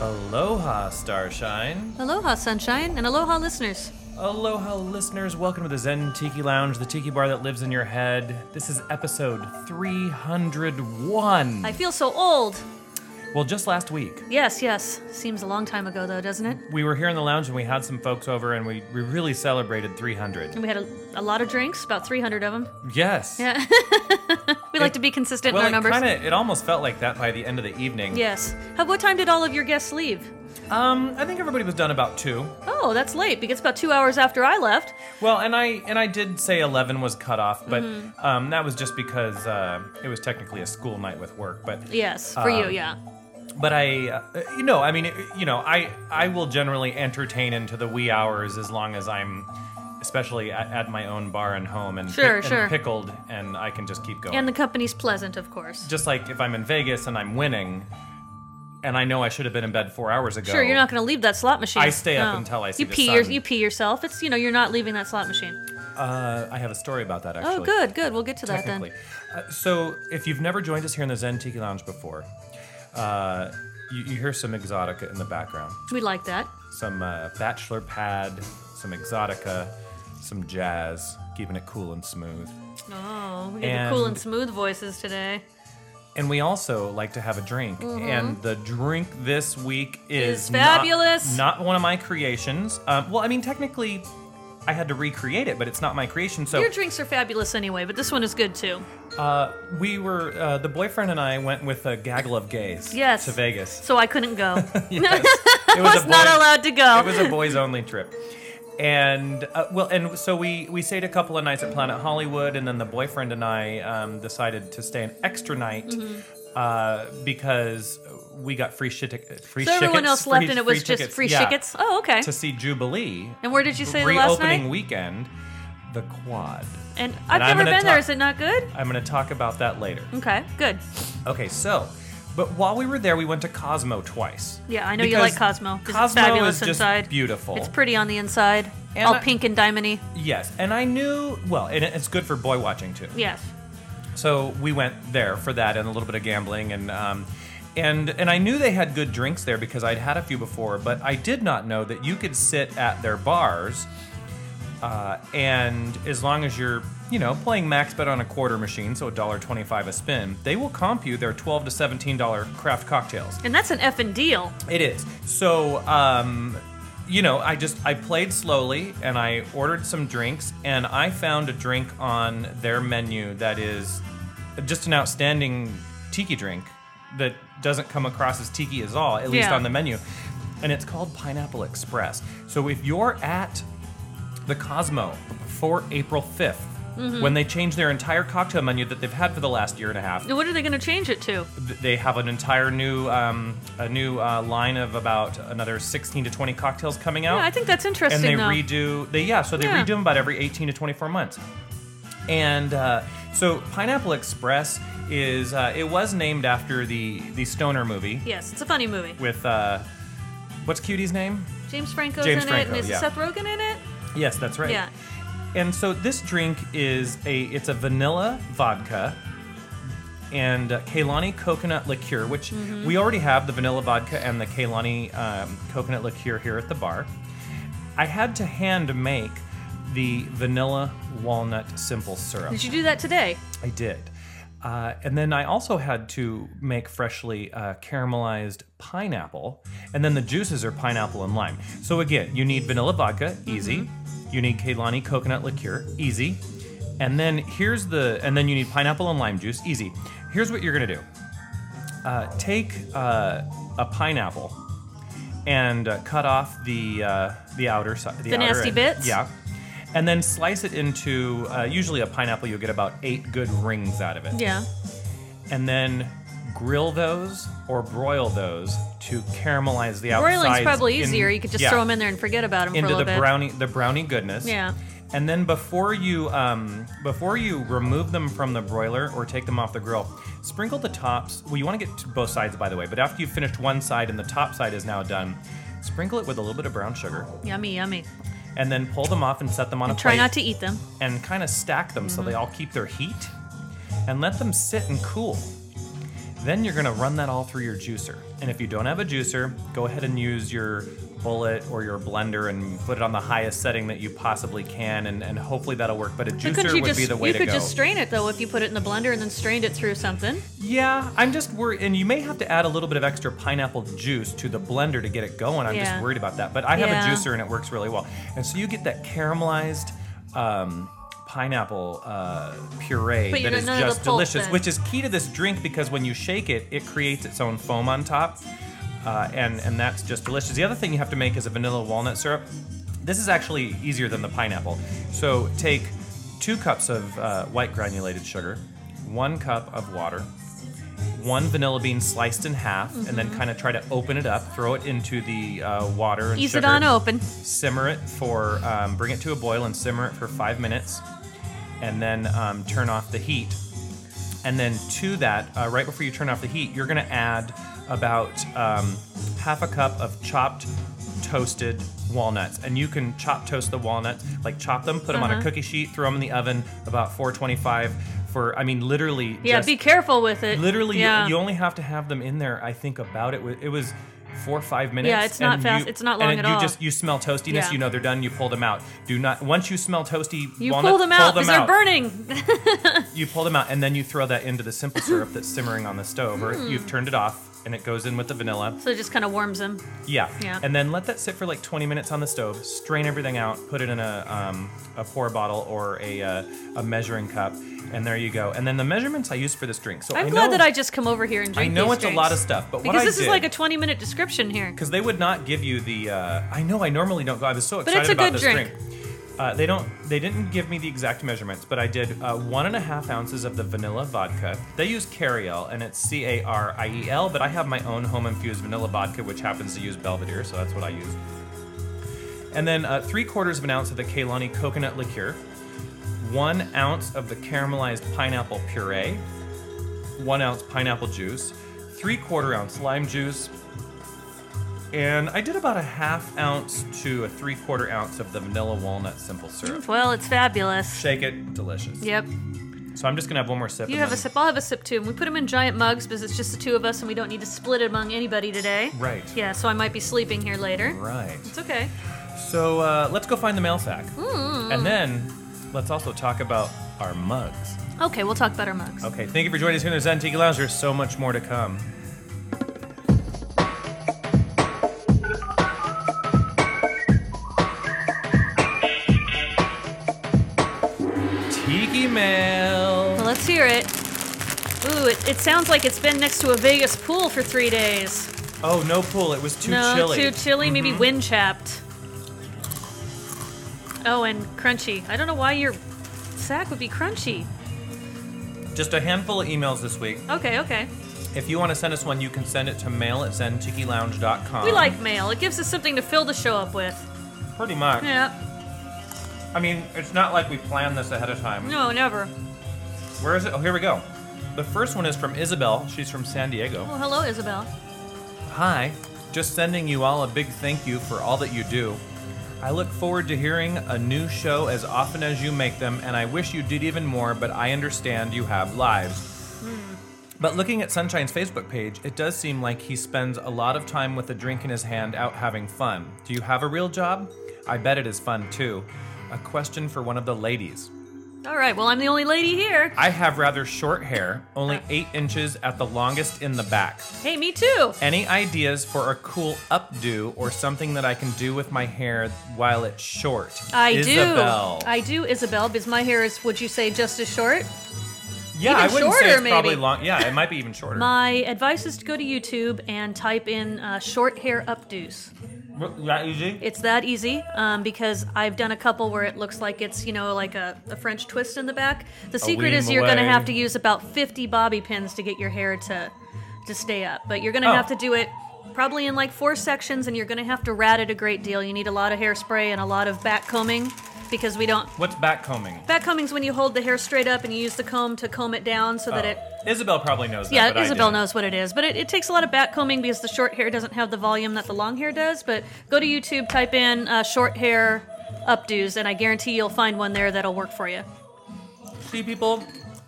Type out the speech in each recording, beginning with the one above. Aloha, Starshine. Aloha, sunshine, and aloha, listeners. Aloha, listeners. Welcome to the Zen Tiki Lounge, the tiki bar that lives in your head. This is episode 301. I feel so old. Well, just last week, Yes, yes. Seems a long time ago, though, doesn't it? we were here in the lounge and we had some folks over and we, we really celebrated 300. And we had a, a lot of drinks, about 300 of them. Yes. Yeah, We like to be consistent well, in our it numbers. kind of it almost felt like that by the end of the evening. Yes. How, what time did all of your guests leave? Um, I think everybody was done about 2. Oh, that's late because about two hours after I left. Well, and I and I did say 11 was cut off, but um, that was just because uh, it was technically a school night with work, but Yes, for you, Um, yeah. but I, uh, you know, I mean, you know, I I will generally entertain into the wee hours as long as I'm, especially at, at my own bar and home and, Sure, and sure. pickled, and I can just keep going. And the company's pleasant, of course. just like if I'm in Vegas and I'm winning, and I know I should have been in bed four hours ago. Sure, you're not going to leave that slot machine. Oh. I stay up until I see you the pee sun. you pee yourself. It's you know you're not leaving that slot machine. Uh, I have a story about that actually. oh, good, good. We'll get to that Technically. then. Uh, so, if you've never joined us here in the Zen Tiki Lounge before, uh, you, you hear some exotica in the background. We like that. some uh, bachelor pad, some exotica, some jazz, keeping it cool and smooth. Oh, we got the cool And- and smooth voices today. And we also like to have a drink. And the drink this week is, Mm-hmm. Is fabulous. Not, not one of my creations. Um, well, I mean, technically, I had to recreate it, but it's not my creation. So Your drinks are fabulous anyway, but this one is good too. uh, we were uh, the boyfriend and I went with a gaggle of gays. Yes. to Vegas. So I couldn't go. Yes. It I was a not boy- allowed to go. It was a boys only trip. And uh, well, and so we we stayed a couple of nights at Planet Hollywood, and then the boyfriend and I um, decided to stay an extra night Mm-hmm. uh, because we got free shit free so everyone shickets, else free- left and it was free just tickets, free yeah, tickets. Oh, okay. to see Jubilee. And where did you say the last reopening night? weekend, the Quad. And I've And I'm never been gonna there. talk- Is it not good? I'm going to talk about that later. Okay, good. Okay, so, but while we were there, we went to Cosmo twice. Yeah, I know you like Because Cosmo. 'cause Cosmo it's fabulous is just inside. beautiful. It's pretty on the inside. And all I- pink and diamondy. Yes, and I knew well, and it's good for boy watching too. Yes. So we went there for that and a little bit of gambling and um, and and I knew they had good drinks there because I'd had a few before, but I did not know that you could sit at their bars, uh, and as long as you're you know playing max bet on a quarter machine, so a dollar twenty five a spin, they will comp you their twelve to seventeen dollar craft cocktails. And that's an effing deal. It is. So, um, you know, I just I played slowly and I ordered some drinks and I found a drink on their menu that is just an outstanding tiki drink that doesn't come across as tiki at all, at least Yeah. on the menu. And it's called Pineapple Express. So if you're at the Cosmo before April 5th, when they change their entire cocktail menu that they've had for the last year and a half, What are they going to change it to? th- they have an entire new um, a new uh, line of about another 16 to 20 cocktails coming out Yeah, I think that's interesting, and they though. redo they yeah so they Yeah. redo them about every 18 to 24 months and uh, so pineapple express is uh, it was named after the the stoner movie yes, it's a funny movie. with uh, what's cutie's name James Franco's James in it, Franco, and is yeah. Seth Rogen in it? yes that's right Yeah. and so this drink is a it's a vanilla vodka and uh, Kailani coconut liqueur, which we already have the vanilla vodka and the Kailani um, coconut liqueur here at the bar. I had to hand make the vanilla walnut simple syrup. Did you do that today? I did. Uh, and then I also had to make freshly uh, caramelized pineapple. And then the juices are pineapple and lime. So again, you need vanilla vodka, easy. You need Kailani coconut liqueur, easy. And then here's the, and then you need pineapple and lime juice, easy. Here's what you're gonna do uh, take uh, a pineapple and uh, cut off the uh, the outer side, the, The outer nasty end. bits? Yeah, and then slice it into. Uh, usually, a pineapple you'll get about eight good rings out of it, Yeah. and then grill those or broil those to caramelize the outside. Broiling's probably easier. you could just throw them in there and forget about them for a into little the bit. brownie the brownie goodness. Yeah. And then before you um, before you remove them from the broiler or take them off the grill, sprinkle the tops. Well, you want to get to both sides, by the way. But after you've finished one side and the top side is now done, sprinkle it with a little bit of brown sugar, Yummy, yummy. and then pull them off and set them on a Try plate not to eat them. and Mm-hmm. kind of stack them so they all keep their heat and let them sit and cool. Then you're gonna run that all through your juicer. And if you don't have a juicer, go ahead and use your bullet or your blender and put it on the highest setting that you possibly can, and, and hopefully that'll work. But a But couldn't juicer you would just be the way you to could go. just strain it though if you put it in the blender and then strained it through something. Yeah, I'm just worried, and you may have to add a little bit of extra pineapple juice to the blender to get it going. I'm Yeah. just worried about that, but I have a Yeah. juicer and it works really well. And so you get that caramelized um, pineapple uh, puree But you that don't is know the just pulp delicious, then. which is key to this drink because when you shake it, it creates its own foam on top, uh, and and that's just delicious. The other thing you have to make is a vanilla walnut syrup. This is actually easier than the pineapple. So take two cups of uh, white granulated sugar, one cup of water one vanilla bean sliced in half, and Mm-hmm. then kind of try to open it up, throw it into the uh, water and Ease it sugar, on open. simmer it for, um, bring it to a boil and simmer it for five minutes, and then um, turn off the heat. And then to that, uh, right before you turn off the heat, you're going to add about um, half a cup of chopped toasted walnuts. And you can chop toast the walnuts, like chop them, put them on a Uh-huh. cookie sheet, throw them in the oven about 425 for, I mean, literally. Yeah, just be careful with it. Literally, you- yeah. you, only have to have them in there. I think about it. wa- It was four or five minutes. it's not and fast- you- it's not and long at you all. Just you smell toastiness. Yeah. You know they're done. You pull them out. Do not once you smell toasty. You walnut, pull them out because they're out. burning. You pull them out and then you throw that into the simple syrup that's simmering on the stove, or Hmm. you've turned it off and it goes in with the vanilla. so it just kind of warms them. Yeah. Yeah. And then let that sit for like 20 minutes on the stove. Strain everything out. Put it in a um, a pour bottle or a uh, a measuring cup, and there you go. And then the measurements I use for this drink. So I'm I glad know, that I just come over here and drink I know these it's a lot of drinks. stuff, but what Because I this is did- like a 20 minute description here. because they would not give you the. Uh, I know. I normally don't go. I was so excited it's a about good this drink. drink. Uh, they don't. They didn't give me the exact measurements, but I did uh, one and a half ounces of the vanilla vodka. They use Cariel, and it's C A R I E L. But I have my own home infused vanilla vodka, which happens to use Belvedere, so that's what I use. And then uh, three quarters of an ounce of the Kailani coconut liqueur, one ounce of the caramelized pineapple puree, one ounce pineapple juice, three quarter ounce lime juice, and I did about a half ounce to a three quarter ounce of the vanilla walnut simple syrup. Well, it's fabulous. Shake it, delicious. Yep. So I'm just gonna have one more sip. You and have a then- sip. I'll have a sip too. And we put them in giant mugs because it's just the two of us and we don't need to split it among anybody today. Right. Yeah, so I might be sleeping here later. Right. It's okay. So uh, let's go find the mail sack, Mm. and then let's also talk about our mugs. Okay, we'll talk about our mugs. Okay, thank you for joining us here in the Zen Tiki Lounge. There's so much more to come. Tiki Well, mail. let's hear it. Ooh, it, it sounds like it's been next to a Vegas pool for three days. Oh no, pool. It was too no, chilly. Mm-hmm. too chilly, maybe wind chapped. Oh, and crunchy. I don't know why your sack would be crunchy. Just a handful of emails this week. Okay, okay. If you want to send us one, you can send it to mail at zentikilounge.com. We like mail. It gives us something to fill the show up with. pretty much. Yeah. I mean, it's not like we planned this ahead of time. No, never. Where is it? Oh, here we go. The first one is from Isabel. She's from San Diego. Well, hello, Isabel. Hi, just sending you all a big thank you for all that you do. I look forward to hearing a new show as often as you make them, and I wish you did even more, but I understand you have lives. But looking at Sunshine's Facebook page, it does seem like he spends a lot of time with a drink in his hand out having fun. Do you have a real job? I bet it is fun too. A question for one of the ladies. All right. Well, I'm the only lady here. I have rather short hair, only eight inches at the longest in the back. Hey, me too. Any ideas for a cool updo or something that I can do with my hair while it's short? I Isabel. do. I do, Isabel, because my hair is, would you say, just as short? yeah, even I wouldn't say shorter, it's probably maybe. long. Yeah, it might be even shorter. My advice is to go to YouTube and type in uh, short hair updos. that easy? It's that easy um, because I've done a couple where it looks like it's, you know, like a, a French twist in the back. The secret weave is you're going to away. have to use about 50 bobby pins to get your hair to, to stay up. But you're going to Oh. have to do it probably in like four sections and you're going to have to rat it a great deal. You need a lot of hairspray and a lot of back combing because we don't. What's back combing? Back combing's when you hold the hair straight up and you use the comb to comb it down so Oh. that it Isabel probably knows that. yeah, but I Isabel didn't. knows what it is, but it, it takes a lot of back combing because the short hair doesn't have the volume that the long hair does. But go to YouTube, type in uh, short hair updos, and I guarantee you'll find one there that'll work for you. See, people,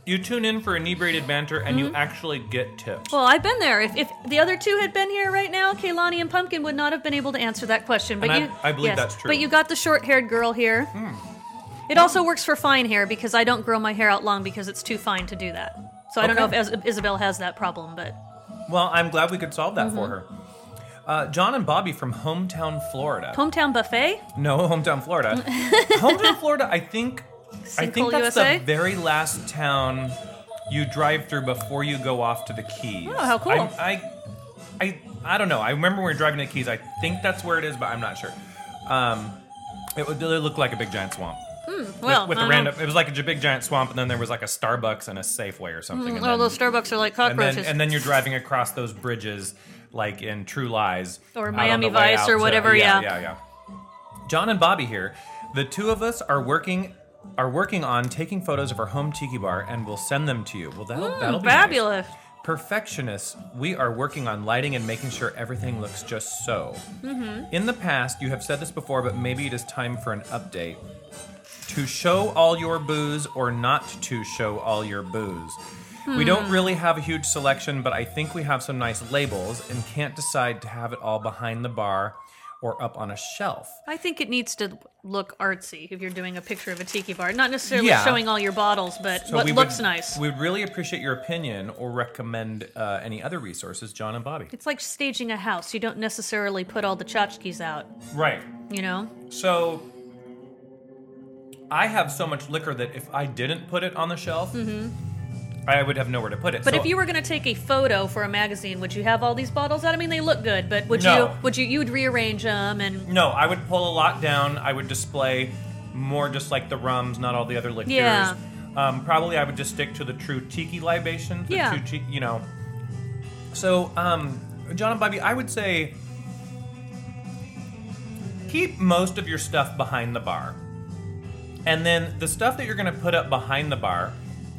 You tune in for inebriated banter and you actually get tips. Mm-hmm. Well, I've been there. If, if the other two had been here right now, Kaylani and Pumpkin would not have been able to answer that question. But And I- you, I believe that's true. Hmm. But you got the short-haired girl here. It also works for fine hair because I don't grow my hair out long because it's too fine to do that. So I don't know Okay. if Is- Isabel has that problem, but Well, I'm glad we could solve that for her. Mm-hmm. Uh, John and Bobby from hometown Florida. hometown buffet. no, hometown Florida. hometown Florida. I think. I think Sinkhole, that's USA? the very last town you drive through before you go off to the Keys. Oh, how cool. I, I, I, I don't know. I remember when we were driving to the Keys. I think that's where it is, but I'm not sure. Um, it, would- it looked like a big giant swamp. Well, with I a don't- random, it was like a j- big giant swamp, and then there was like a Starbucks and a Safeway or something. and Oh, then- those Starbucks are like and then, cockroaches. and then you're driving across those bridges like in True Lies Or out on Miami the way Vice out or whatever, yeah, yeah, yeah. yeah. John and Bobby here. The two of us are working are working on taking photos of our home tiki bar, and we'll send them to you. Well, that'll that'll be nice. Oh, Fabulous. Perfectionists, we are working on lighting and making sure everything looks just so. Mm-hmm. In the past, you have said this before, but maybe it is time for an update. To show all your booze or not to show all your booze. We Hmm. don't really have a huge selection, but I think we have some nice labels and can't decide to have it all behind the bar or up on a shelf. I think it needs to look artsy if you're doing a picture of a tiki bar. Not necessarily Yeah. showing all your bottles, but what we looks would, nice. We would really appreciate your opinion or recommend uh, any other resources, John and Bobby. it's like staging a house. You don't necessarily put all the tchotchkes out, Right. you know? So I have so much liquor that if I didn't put it on the shelf, I would have nowhere to put it. Mm-hmm. But So if you were going to take a photo for a magazine, would you have all these bottles out? I mean, they look good, but would No. you would you you'd rearrange them and no, I would pull a lot down. I would display more just like the rums, not all the other liquors. Yeah. Um, probably I would just stick to the true tiki libation. The Yeah. True tiki, you know. So, um, John and Bobby, I would say keep most of your stuff behind the bar. And then the stuff that you're going to put up behind the bar,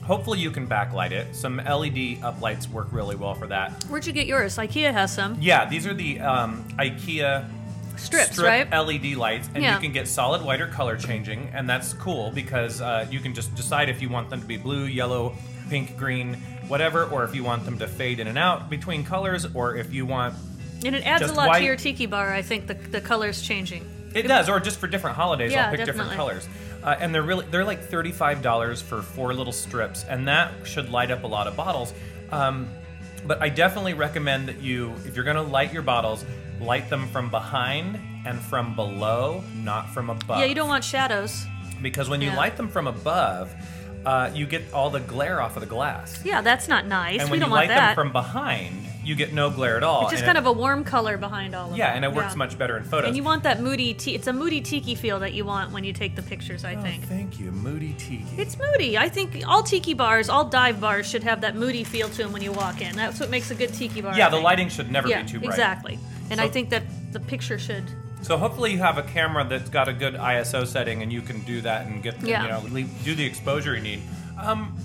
hopefully you can backlight it. Some LED uplights work really well for that. Where'd you get yours? IKEA has some. Yeah, these are the um, IKEA Strips, strip right? LED lights, and Yeah. you can get solid white or color changing, and that's cool because uh, you can just decide if you want them to be blue, yellow, pink, green, whatever, or if you want them to fade in and out between colors, or if you want and it adds a just lot white. to your tiki bar, I think the the colors changing. It does, or just for different holidays, Yeah, I'll pick definitely. different colors. Uh, and they're really they're like thirty five dollars for four little strips, and that should light up a lot of bottles. Um, but I definitely recommend that you, if you're going to light your bottles, light them from behind and from below, not from above. Yeah, you don't want shadows. because when you yeah. light them from above, uh, you get all the glare off of the glass, Yeah, that's not nice. and we when don't you want light that. them from behind, you get no glare at all. It's just and kind it- of a warm color behind all of yeah, it. and it works much better in photos. And you want that moody. T- it's a moody tiki feel that you want when you take the pictures. I Oh, think thank you, Moody Tiki. it's moody. I think all tiki bars, all dive bars, should have that moody feel to them when you walk in. That's what makes a good tiki bar. I Yeah, the think. lighting should never Yeah, be too bright. exactly. And I So- think that the picture should. So hopefully you have a camera that's got a good ISO setting, and you can do that and get the, Yeah. you know le- do the exposure you need. Um,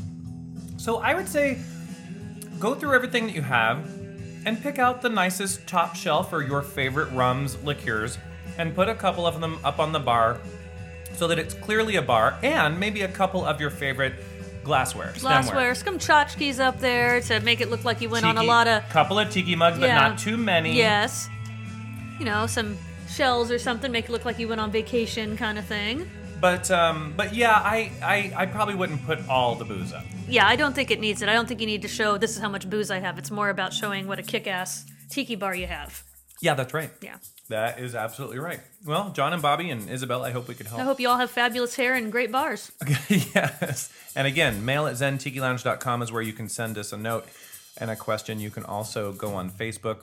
so I would say go through everything that you have and pick out the nicest top shelf or your favorite rums liqueurs, and put a couple of them up on the bar so that it's clearly a bar, and maybe a couple of your favorite glassware, Glassware, some tchotchkes up there to make it look like you went on a lot of. couple of tiki mugs, but Yeah. not too many. Yes. You know, some shells or something, make it look like you went on vacation kind of thing. But um, but yeah, I, I I probably wouldn't put all the booze up. Yeah, I don't think it needs it. I don't think you need to show this is how much booze I have. It's more about showing what a kick ass tiki bar you have. Yeah, that's right. Yeah. That is absolutely right. Well, John and Bobby and Isabel, I hope we could help. I hope you all have fabulous hair and great bars. yes. And again, mail at zentikilounge.com is where you can send us a note and a question. You can also go on Facebook,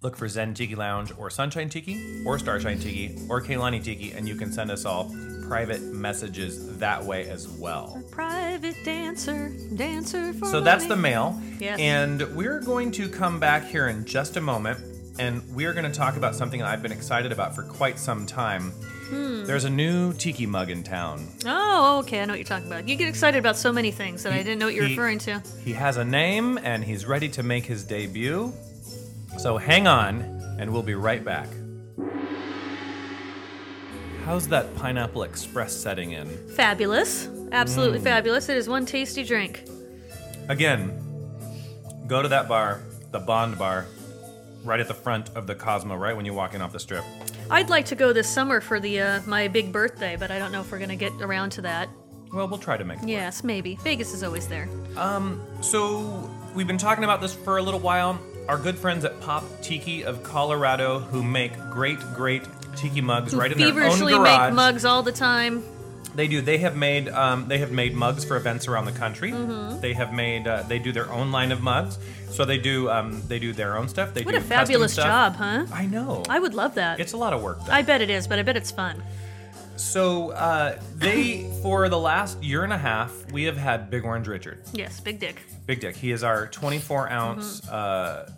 look for Zen Tiki Lounge or Sunshine Tiki or Starshine Tiki or Kaylani Tiki, and you can send us all private messages that way as well. Private dancer, dancer for So that's the money. mail. Yes. And we're going to come back here in just a moment and we're going to talk about something that I've been excited about for quite some time. Hmm. There's a new tiki mug in town. Oh, okay. I know what you're talking about. You get excited about so many things that I didn't know what you're He- referring to. He has a name and he's ready to make his debut. So hang on and we'll be right back. How's that Pineapple Express setting in? Mm. Fabulous. Absolutely fabulous. It is one tasty drink. Again, go to that bar, the Bond Bar, right at the front of the Cosmo, right when you walk in off the strip. I'd like to go this summer for the uh, my big birthday, but I don't know if we're gonna get around to that. Well, we'll try to make it. Yes, maybe. Vegas is always there. So we've been talking about this for a little while. Our good friends at Pop Tiki of Colorado, who make great, great tiki mugs right in their own Feverishly garage. make mugs all the time. They do. They have made um, they have made mugs for events around the country. Mm-hmm. They have made uh, they do their own line of mugs. So they do um, they do their own stuff. They What do a custom fabulous stuff. job, huh? I know. I would love that. it's a lot of work. Though. I bet it is, but I bet it's fun. so uh, they for the last year and a half we have had Big Orange Richard. Yes, big dick. Big Dick. He is our 24 ounce Mm-hmm. uh,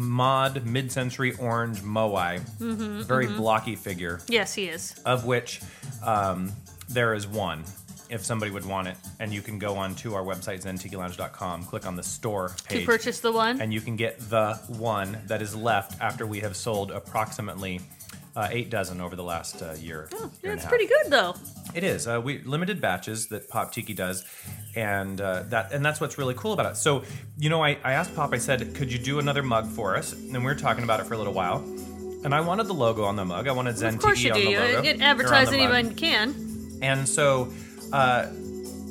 mod mid century orange moai, Mm-hmm, very blocky figure, Yes, he is. of which um, there is one. If somebody would want it, and you can go on to our website zentikilounge.com, click on the store To page, purchase the one. and you can get the one that is left after we have sold approximately uh, eight dozen over the last uh, year. Oh, year and a that's half. pretty good though. It is uh, we limited batches that Pop Tiki does, and uh, that and that's what's really cool about it. So, you know, I, I asked Pop. I said, "Could you do another mug for us?" And we were talking about it for a little while, and I wanted the logo on the mug. I wanted Zen Of course Tiki you do. on the You logo. you or on advertise the mug. anyone can. And so, uh,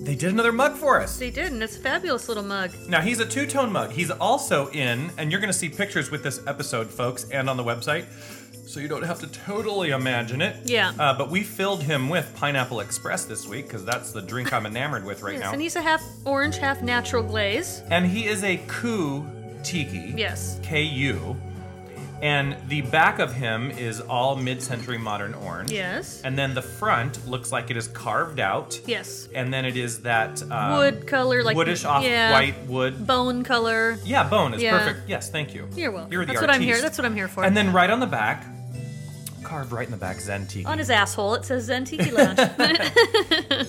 they did another mug for us. They did, and it's a fabulous little mug. Now he's a two-tone mug. He's also in, and you're going to see pictures with this episode, folks, and on the website, so you don't have to totally imagine it. Yeah. Uh, but we filled him with Pineapple Express this week because that's the drink I'm enamored with right Yes, now. and he's a half orange, half natural glaze. And he is a Ku Tiki. Yes. Ku. And the back of him is all mid-century modern orange. Yes. And then the front looks like it is carved out. Yes. And then it is that um, Wood color, like woodish yeah, off-white wood bone color. Yeah, bone is Yeah. perfect. Yes, thank you. You're welcome. You're the That's what I'm here. artiste. That's what I'm here for. And then right on the back, carved right in the back, Zen Tiki. on his asshole, it says Zen Tiki Lounge.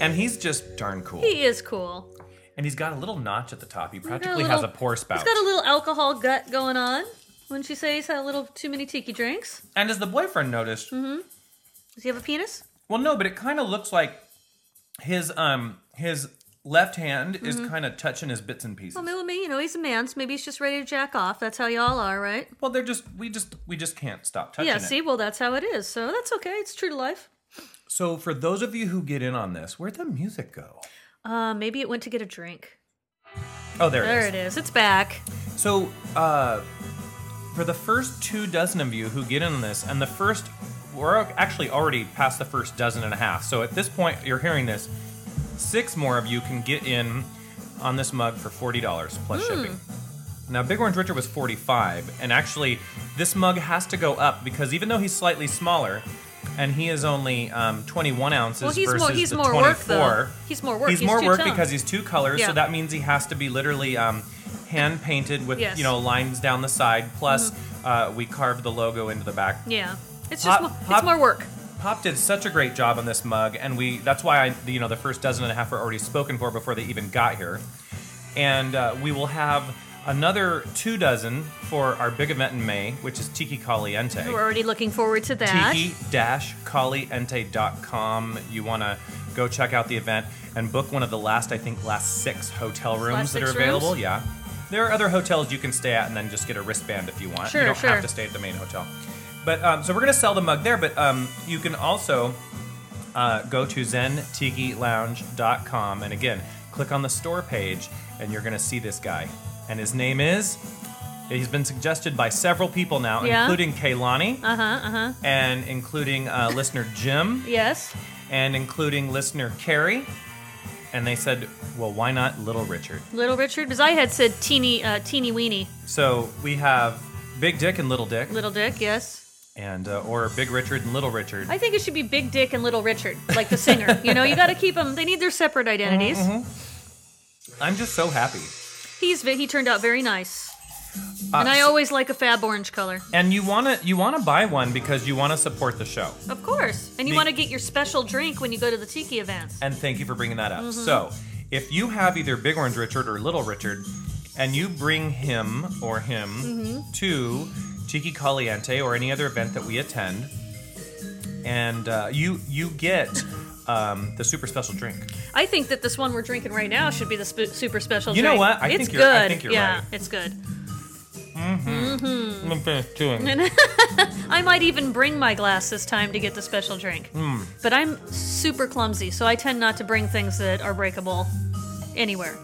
and he's just darn cool. he is cool. And he's got a little notch at the top. He He's got practically has a little- pour spout. He's got a little alcohol gut going on. Wouldn't you say he's had a little too many tiki drinks? and as the boyfriend noticed, Mm-hmm. Does he have a penis? well, no, but it kind of looks like his um his left hand is kind of touching his bits and pieces. Well, maybe, maybe, you know, he's a Mm-hmm. Oh, man, so maybe he's just ready to jack off. That's how y'all are, right? well, they're just we just we just can't stop touching yeah, it. see, well, that's how it is. So that's okay. It's true to life. So for those of you who get in on this, where'd the music go? Uh, maybe it went to get a drink. Oh, there, There it is. it is. It's back. So, uh, for the first two dozen of you who get in on this, and the first, we're ac- actually already past the first dozen and a half. So at this point, you're hearing this, six more of you can get in on this mug for $40 plus Hmm. shipping. Now, Big Orange Richard was 45, and actually, this mug has to go up because even though he's slightly smaller, and he is only um, 21 ounces Well, he's versus more- he's the more 24. work, though. He's more work. He's, He's more work two-tone. because he's two colors, Yeah. so that means he has to be literally um, hand painted with Yes. Mm-hmm. you know lines down the side. Plus, uh, we carved the logo into the back. Yeah. It's just Pop- more, pop- it's more work. Pop did such a great job on this mug, and we that's why I you know the first dozen and a half were already spoken for before they even got here, and uh, we will have another two dozen for our big event in May, which is Tiki Caliente. We're already looking forward to that. E tiki-caliente.com. You want to go check out the event and book one of the last, I think, last six hotel rooms Last that are six available. rooms? Yeah. There are other hotels you can stay at and then just get a wristband if you want. Sure, you don't sure. have to stay at the main hotel. But um, so we're going to sell the mug there, but um, you can also uh, go to zentikilounge.com and again, click on the store page and you're going to see this guy. And his name is. He's been suggested by several people now, Yeah. including Kaylani Uh huh, uh huh. and including uh, listener Jim Yes. and including listener Carrie. And they said, well, why not Little Richard? Little Richard, because I had said teeny, uh, teeny weeny. So we have Big Dick and Little Dick, Little Dick, yes. and uh, or Big Richard and Little Richard. I think it should be Big Dick and Little Richard, like the singer. you know, you got to keep them. They need their separate identities. I'm just so happy. He's ve- he turned out very nice, Uh, and I so- always like a fab orange color, and you wanna you wanna buy one because you wanna support the show. of course. And you The- Uh, want to get your special drink when you go to the tiki events. And thank you for bringing that up. Mm-hmm. So, if you have either Big Orange Richard or Little Richard, and you bring him or him Mm-hmm. to Tiki Caliente or any other event that we attend, and uh, you you get um, the super special drink. I think that this one we're drinking right now should be the sp- super special. You know drink. what? I it's think good. you're- I think you're yeah, right. it's good. I'm finished chewing. I might even bring my glass this time to get the special drink. Hmm. But I'm super clumsy, so I tend not to bring things that are breakable anywhere.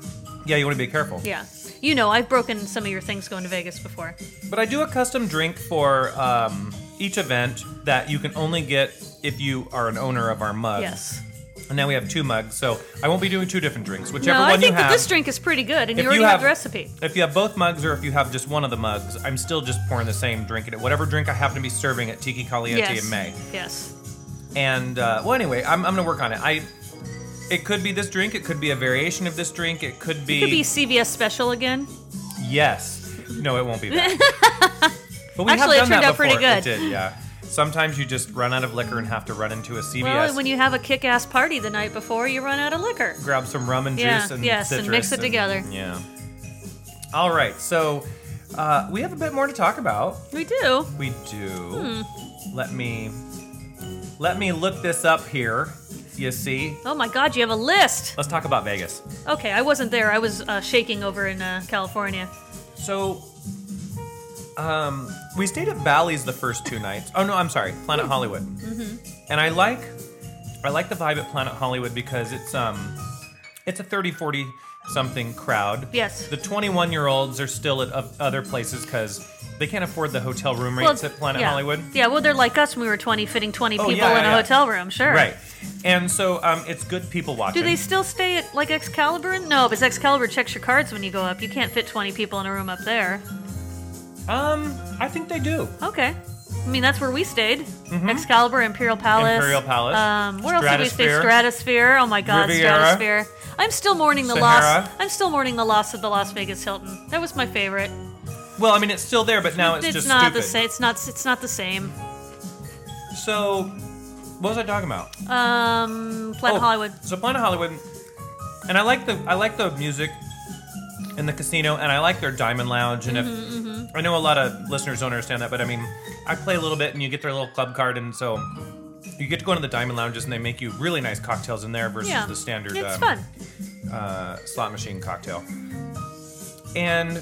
Yeah, you want to be careful. Yeah. You know, I've broken some of your things going to Vegas before. But I do a custom drink for um, each event that you can only get if you are an owner of our mug. Yes. And now we have two mugs, so I won't be doing two different drinks. Whichever no, one I think you have. that this drink is pretty good, and if you already have the recipe. If you have both mugs or if you have just one of the mugs, I'm still just pouring the same drink in it. Whatever drink I happen to be serving at Tiki Caliente Yes. in May. Yes. And uh, well, anyway, I'm, I'm gonna work on it. I it could be this drink. It could be a variation of this drink. It could be, Could be CVS special again. yes. No, it won't be that. but we Actually, it have done that turned out before. pretty good. It did, yeah. Sometimes you just run out of liquor and have to run into a CVS, Well, when you have a kick-ass party the night before, you run out of liquor. grab some rum and Yeah, juice and yes, and citrus mix it together. Yeah. All right, so uh, we have a bit more to talk about. We do. We do. Hmm. Let me let me look this up here. You see, Oh my God, you have a list. let's talk about Vegas. Okay, I wasn't there. I was uh, shaking over in uh, California. So, um, we stayed at Bally's the first two nights. Oh no, I'm sorry, Hmm. Planet Hollywood. Mm-hmm. And I like, I like the vibe at Planet Hollywood because it's um, it's a 30, 40 something crowd. Yes. The 21 year olds are still at o- other places because they can't afford the hotel room Well, rates at Planet yeah. Hollywood. Yeah, well, they're like us when we were 20, fitting 20 Oh, people yeah, in a yeah. hotel room, sure. Right. And so um, it's good people watching. Do they still stay at like Excalibur? No, because Excalibur checks your cards when you go up. You can't fit 20 people in a room up there. Um, I think they do. Okay. I mean, that's where we stayed. Excalibur, Imperial Palace. Mm-hmm. Imperial Palace. Um, where else did we stay? Stratosphere. Stratosphere. Oh my God, Riviera. Stratosphere. I'm still mourning the loss. Sahara. I'm still mourning the loss of the Las Vegas Hilton. That was my favorite. Well, I mean, it's still there, but now it's, just not stupid. the same. It's not. It's not the same. So, what was I talking about? Um, Planet Oh, Hollywood. So Planet Hollywood, and I like the I like the music in the casino, and I like their Diamond Lounge. And Mm-hmm, if I know a lot of listeners don't understand that, but I mean, I play a little bit, and you get their little club card, and so you get to go into the Diamond Lounges, and they make you really nice cocktails in there versus Yeah, the standard. It's um, fun. uh, slot machine cocktail. And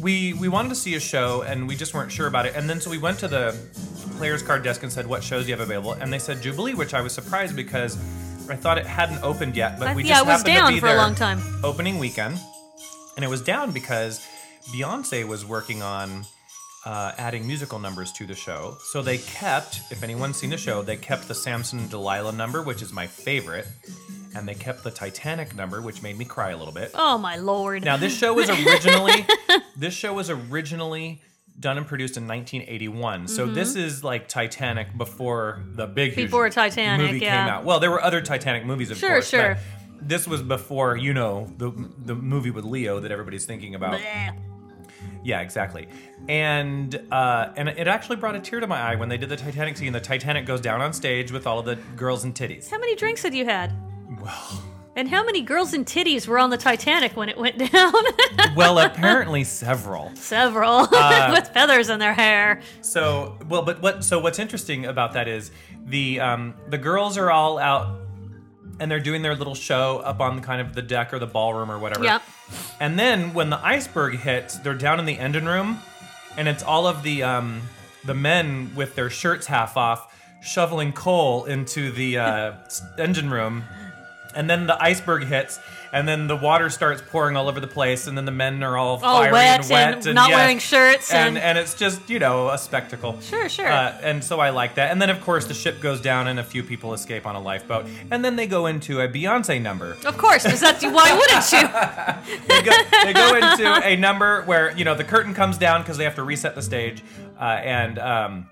we we wanted to see a show and we just weren't sure about it. And then so we went to the players card desk and said, "What shows do you have available?" And they said Jubilee, which I was surprised because I thought it hadn't opened yet, but I- we yeah, just it was happened down to be for a there long time. opening weekend. And it was down because Beyonce was working on uh, adding musical numbers to the show. So they kept, if anyone's seen the show, they kept the Samson and Delilah number, which is my favorite, and they kept the Titanic number, which made me cry a little bit. Oh my lord. Now this show was originally this show was originally done and produced in 1981. So this is like Titanic before the big huge Mm-hmm. Before Titanic, movie yeah. came out. Well, there were other Titanic movies, of Sure, course. but sure. This was before you know the the movie with Leo that everybody's thinking about. Bleh. Yeah, exactly. And uh, and it actually brought a tear to my eye when they did the Titanic scene. The Titanic goes down on stage with all of the girls and titties. How many drinks had you had? Well, And how many girls and titties were on the Titanic when it went down? well, apparently several. Several Uh, with feathers in their hair. So well, but what? So what's interesting about that is the um, the girls are all out and they're doing their little show up on kind of the deck or the ballroom or whatever. Yep. And then when the iceberg hits, they're down in the engine room, and it's all of the um, the men with their shirts half off shoveling coal into the uh, s- engine room. And then the iceberg hits, and then the water starts pouring all over the place, and then the men are all, All fiery wet and wet and not yes. wearing shirts and, and- and it's just you know a spectacle. Sure, sure. Uh, and so I like that. And then of course the ship goes down, and a few people escape on a lifeboat, and then they go into a Beyonce number. Of course, because that's why wouldn't you? they go, they go into a number where you know the curtain comes down because they have to reset the stage, uh, and um,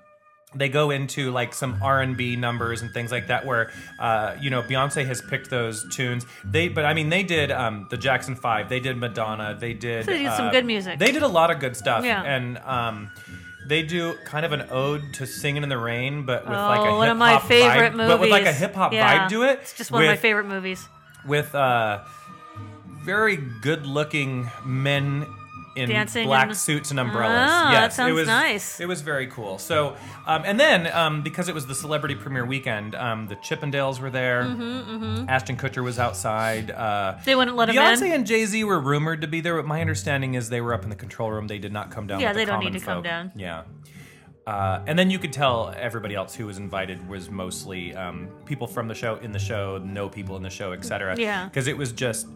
they go into like some R and B numbers and things like that where uh, you know Beyonce has picked those tunes. They, but I mean, they did um, the Jackson Five, they did Madonna, they did They did some uh, good music. They did a lot of good stuff, Yeah. and. Um, they do kind of an ode to singing in the rain, but with like a Oh, hip one of my favorite vibe, movies. but with like a hip hop Yeah, vibe to it. It's just one of my with- favorite movies. with uh, very good looking men in Dancing black and- suits and umbrellas. Ah, that yes, it sounds was nice. It was very cool. So, um, and then um, because it was the celebrity premiere weekend, um, the Chippendales were there. Mm-hmm, Ashton Kutcher was outside. Uh, They wouldn't let him Beyonce in. and Jay Z were rumored to be there, but my understanding is they were up in the control room. They did not come down. Yeah, with the they don't need common to come folk. down. Yeah. Uh, and then you could tell everybody else who was invited was mostly um, people from the show, in the show, no people in the show, etc. Yeah. Because it was just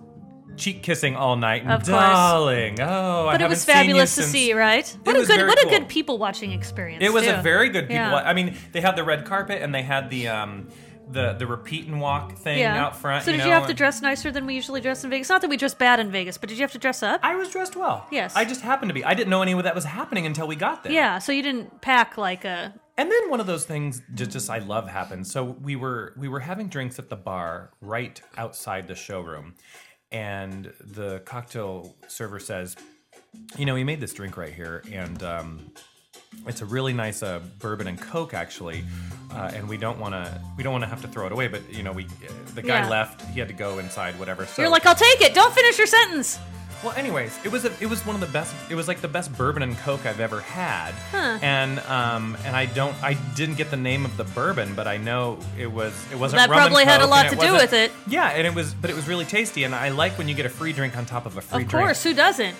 cheek kissing all night. And, Of course. Darling, oh, But it was fabulous to see, right? What a was good, very what a cool. good people watching experience. It was too. a very good people. Yeah. I mean, they had the red carpet and they had the um, the the repeat and walk thing yeah. out front. So did know, you have to and- dress nicer than we usually dress in Vegas? Not that we dress bad in Vegas, but did you have to dress up? I was dressed well. Yes. I just happened to be. I didn't know any of that was happening until we got there. yeah. So you didn't pack like a And then one of those things just, just I love happened. So we were we were having drinks at the bar right outside the showroom, and the cocktail server says, "You know, we made this drink right here, and um, it's a really nice uh, bourbon and coke actually, uh, and we don't want to we don't want to have to throw it away. But you know, we uh, the guy Yeah. left, he had to go inside, whatever. So You're like, I'll take it. Don't finish your sentence. Well, anyways, it was a, it was one of the best. It was like the best bourbon and coke I've ever had. Huh. And um and I don't I didn't get the name of the bourbon, but I know it was it wasn't That rum and probably had a Coke, lot and to do wasn't- with it. Yeah, and it was but it was really tasty, and I like when you get a free drink on top of a free of drink. course, who doesn't?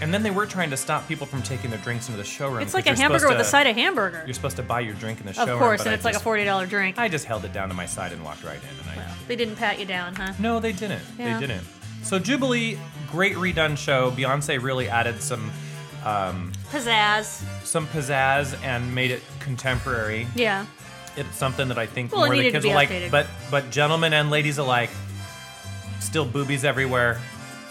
And then they were trying to stop people from taking their drinks into the showroom. It's like a because you're hamburger with supposed a to- side of hamburger. You're supposed to buy your drink in the Of showroom. course, but and I it's like a just- forty dollar drink. I just held it down to my side and walked right in, and I. They didn't pat you down, huh? No, they didn't. Yeah. They didn't. So Jubilee, great redone show. Beyonce really added some um, Pizzazz. some pizzazz and made it contemporary. Yeah. It's something that I think Well, it more the needed to kids be will like. updated. But but gentlemen and ladies alike, still boobies everywhere,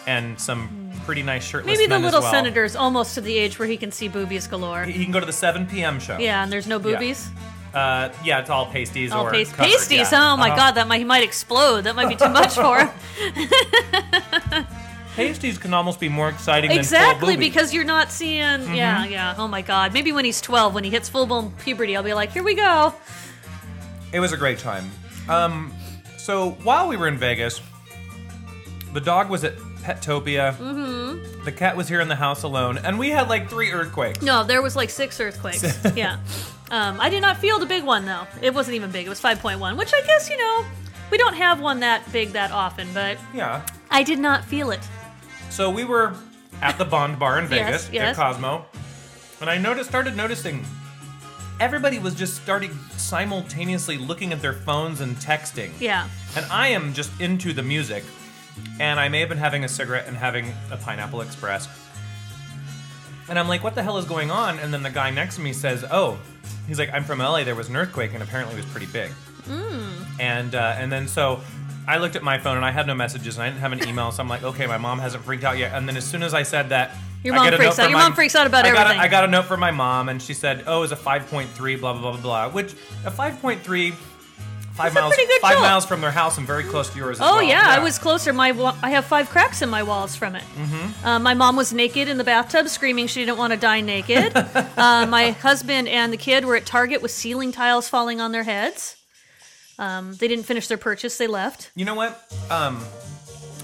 and some pretty nice shirtless Hmm. Maybe the men as little well. senator's almost to the age where he can see boobies galore. You can go to the 7 p.m. show. Yeah, and there's no boobies. Uh, yeah, it's all pasties All or pas- covered, pasties. yeah. Oh my Uh-huh. god, that might he might explode. That might be too much for him. Pasties can almost be more exciting exactly, than full boobies. Mm-hmm. because you're not seeing. Yeah, yeah. Oh my god. Maybe when he's 12, when he hits full blown puberty, I'll be like, here we go. It was a great time. Um, so while we were in Vegas, the dog was at Petopia. Mm-hmm. The cat was here in the house alone, and we had like three earthquakes. No, there was like six earthquakes. yeah. Um, I did not feel the big one though. It wasn't even big. It was 5.1, which I guess you know we don't have one that big that often, but Yeah. I did not feel it. So we were at the Bond Bar in Yes, Vegas yes. at Cosmo, and I noticed started noticing everybody was just starting simultaneously looking at their phones and texting. Yeah. And I am just into the music, and I may have been having a cigarette and having a pineapple express. And I'm like, what the hell is going on? And then the guy next to me says, oh, he's like, I'm from LA. There was an earthquake, and apparently it was pretty big. Hmm. And uh, and then so I looked at my phone, and I had no messages, and I didn't have an email. So I'm like, okay, my mom hasn't freaked out yet. And then as soon as I said that, Your I mom get a freaks note out. from Your my- mom freaks out about I got a- everything. I got a note from my mom, and she said, oh, it was a 5.3, blah blah blah blah blah, which a 5.3. Five That's a miles, pretty good five jolt. miles from their house, and very close to yours. As Oh well. yeah, I was closer. My wa- I have five cracks in my walls from it. Mm-hmm. Uh, my mom was naked in the bathtub, screaming she didn't want to die naked. uh, my husband and the kid were at Target with ceiling tiles falling on their heads. Um, they didn't finish their purchase; they left. You know what? Um,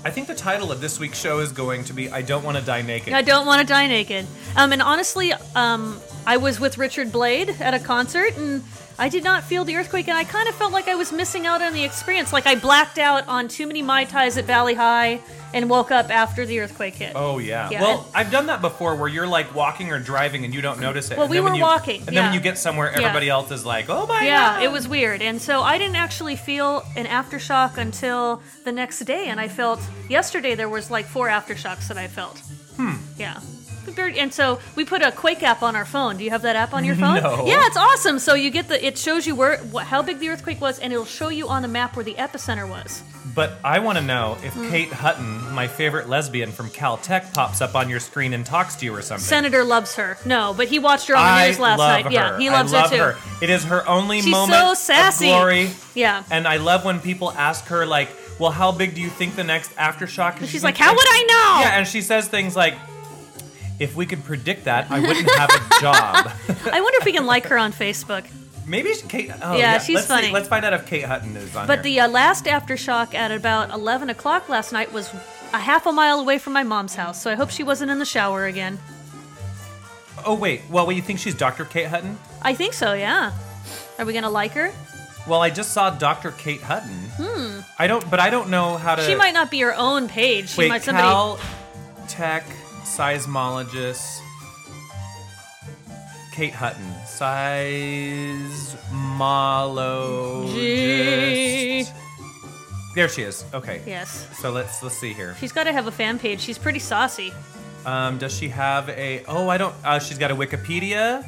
I think the title of this week's show is going to be "I Don't Want to Die Naked." I don't want to die naked. Um, and honestly, um, I was with Richard Blade at a concert, and I did not feel the earthquake, and I kind of felt like I was missing out on the experience. Like I blacked out on too many mai tais at Valley High, and woke up after the earthquake hit. Oh yeah. Yeah, Well, and- I've done that before, where you're like walking or driving and you don't notice it. Well, and we then when were you- walking, and then when yeah. you get somewhere, Yeah. everybody else is like, "Oh my Yeah, god!" it was weird. And so I didn't actually feel an aftershock until the next day. And I felt yesterday there was like four aftershocks that I felt. Hmm. Yeah. But very- And so we put a Quake app on our phone. Do you have that app on your phone? No. Yeah, it's awesome. So you get the it shows you where wh- how big the earthquake was, and it'll show you on the map where the epicenter was. But I want to know if Mm. Kate Hutton, my favorite lesbian from Caltech, pops up on your screen and talks to you or something. Senator loves her. No, but he watched her on the I news last love night. her. Yeah, he loves I love her too. her. It is her only She's moment so sassy. of glory. Yeah. And I love when people ask her, like, well, how big do you think the next aftershock is? She's like, how would I know? Yeah, and she says things like, if we could predict that, I wouldn't have a job. I wonder if we can like her on Facebook. Maybe she, Kate. Oh, Yeah, yeah, she's let's see- funny. let's find out if Kate Hutton is on But here. the uh, last aftershock at about 11 o'clock last night was a half a mile away from my mom's house, so I hope she wasn't in the shower again. Oh wait, well, you think she's Dr. Kate Hutton? I think so, yeah. Are we gonna like her? Well, I just saw Dr. Kate Hutton. Hmm. I don't, but I don't know how to. She might not be her own page. She Uh, Wait, might somebody. Cal Tech seismologist Kate Hutton, seismologist. Gee. There she is. Okay. Yes. So let's let's see here. She's got to have a fan page. She's pretty saucy. Um, does she have a? Oh, I don't. Uh, she's got a Wikipedia.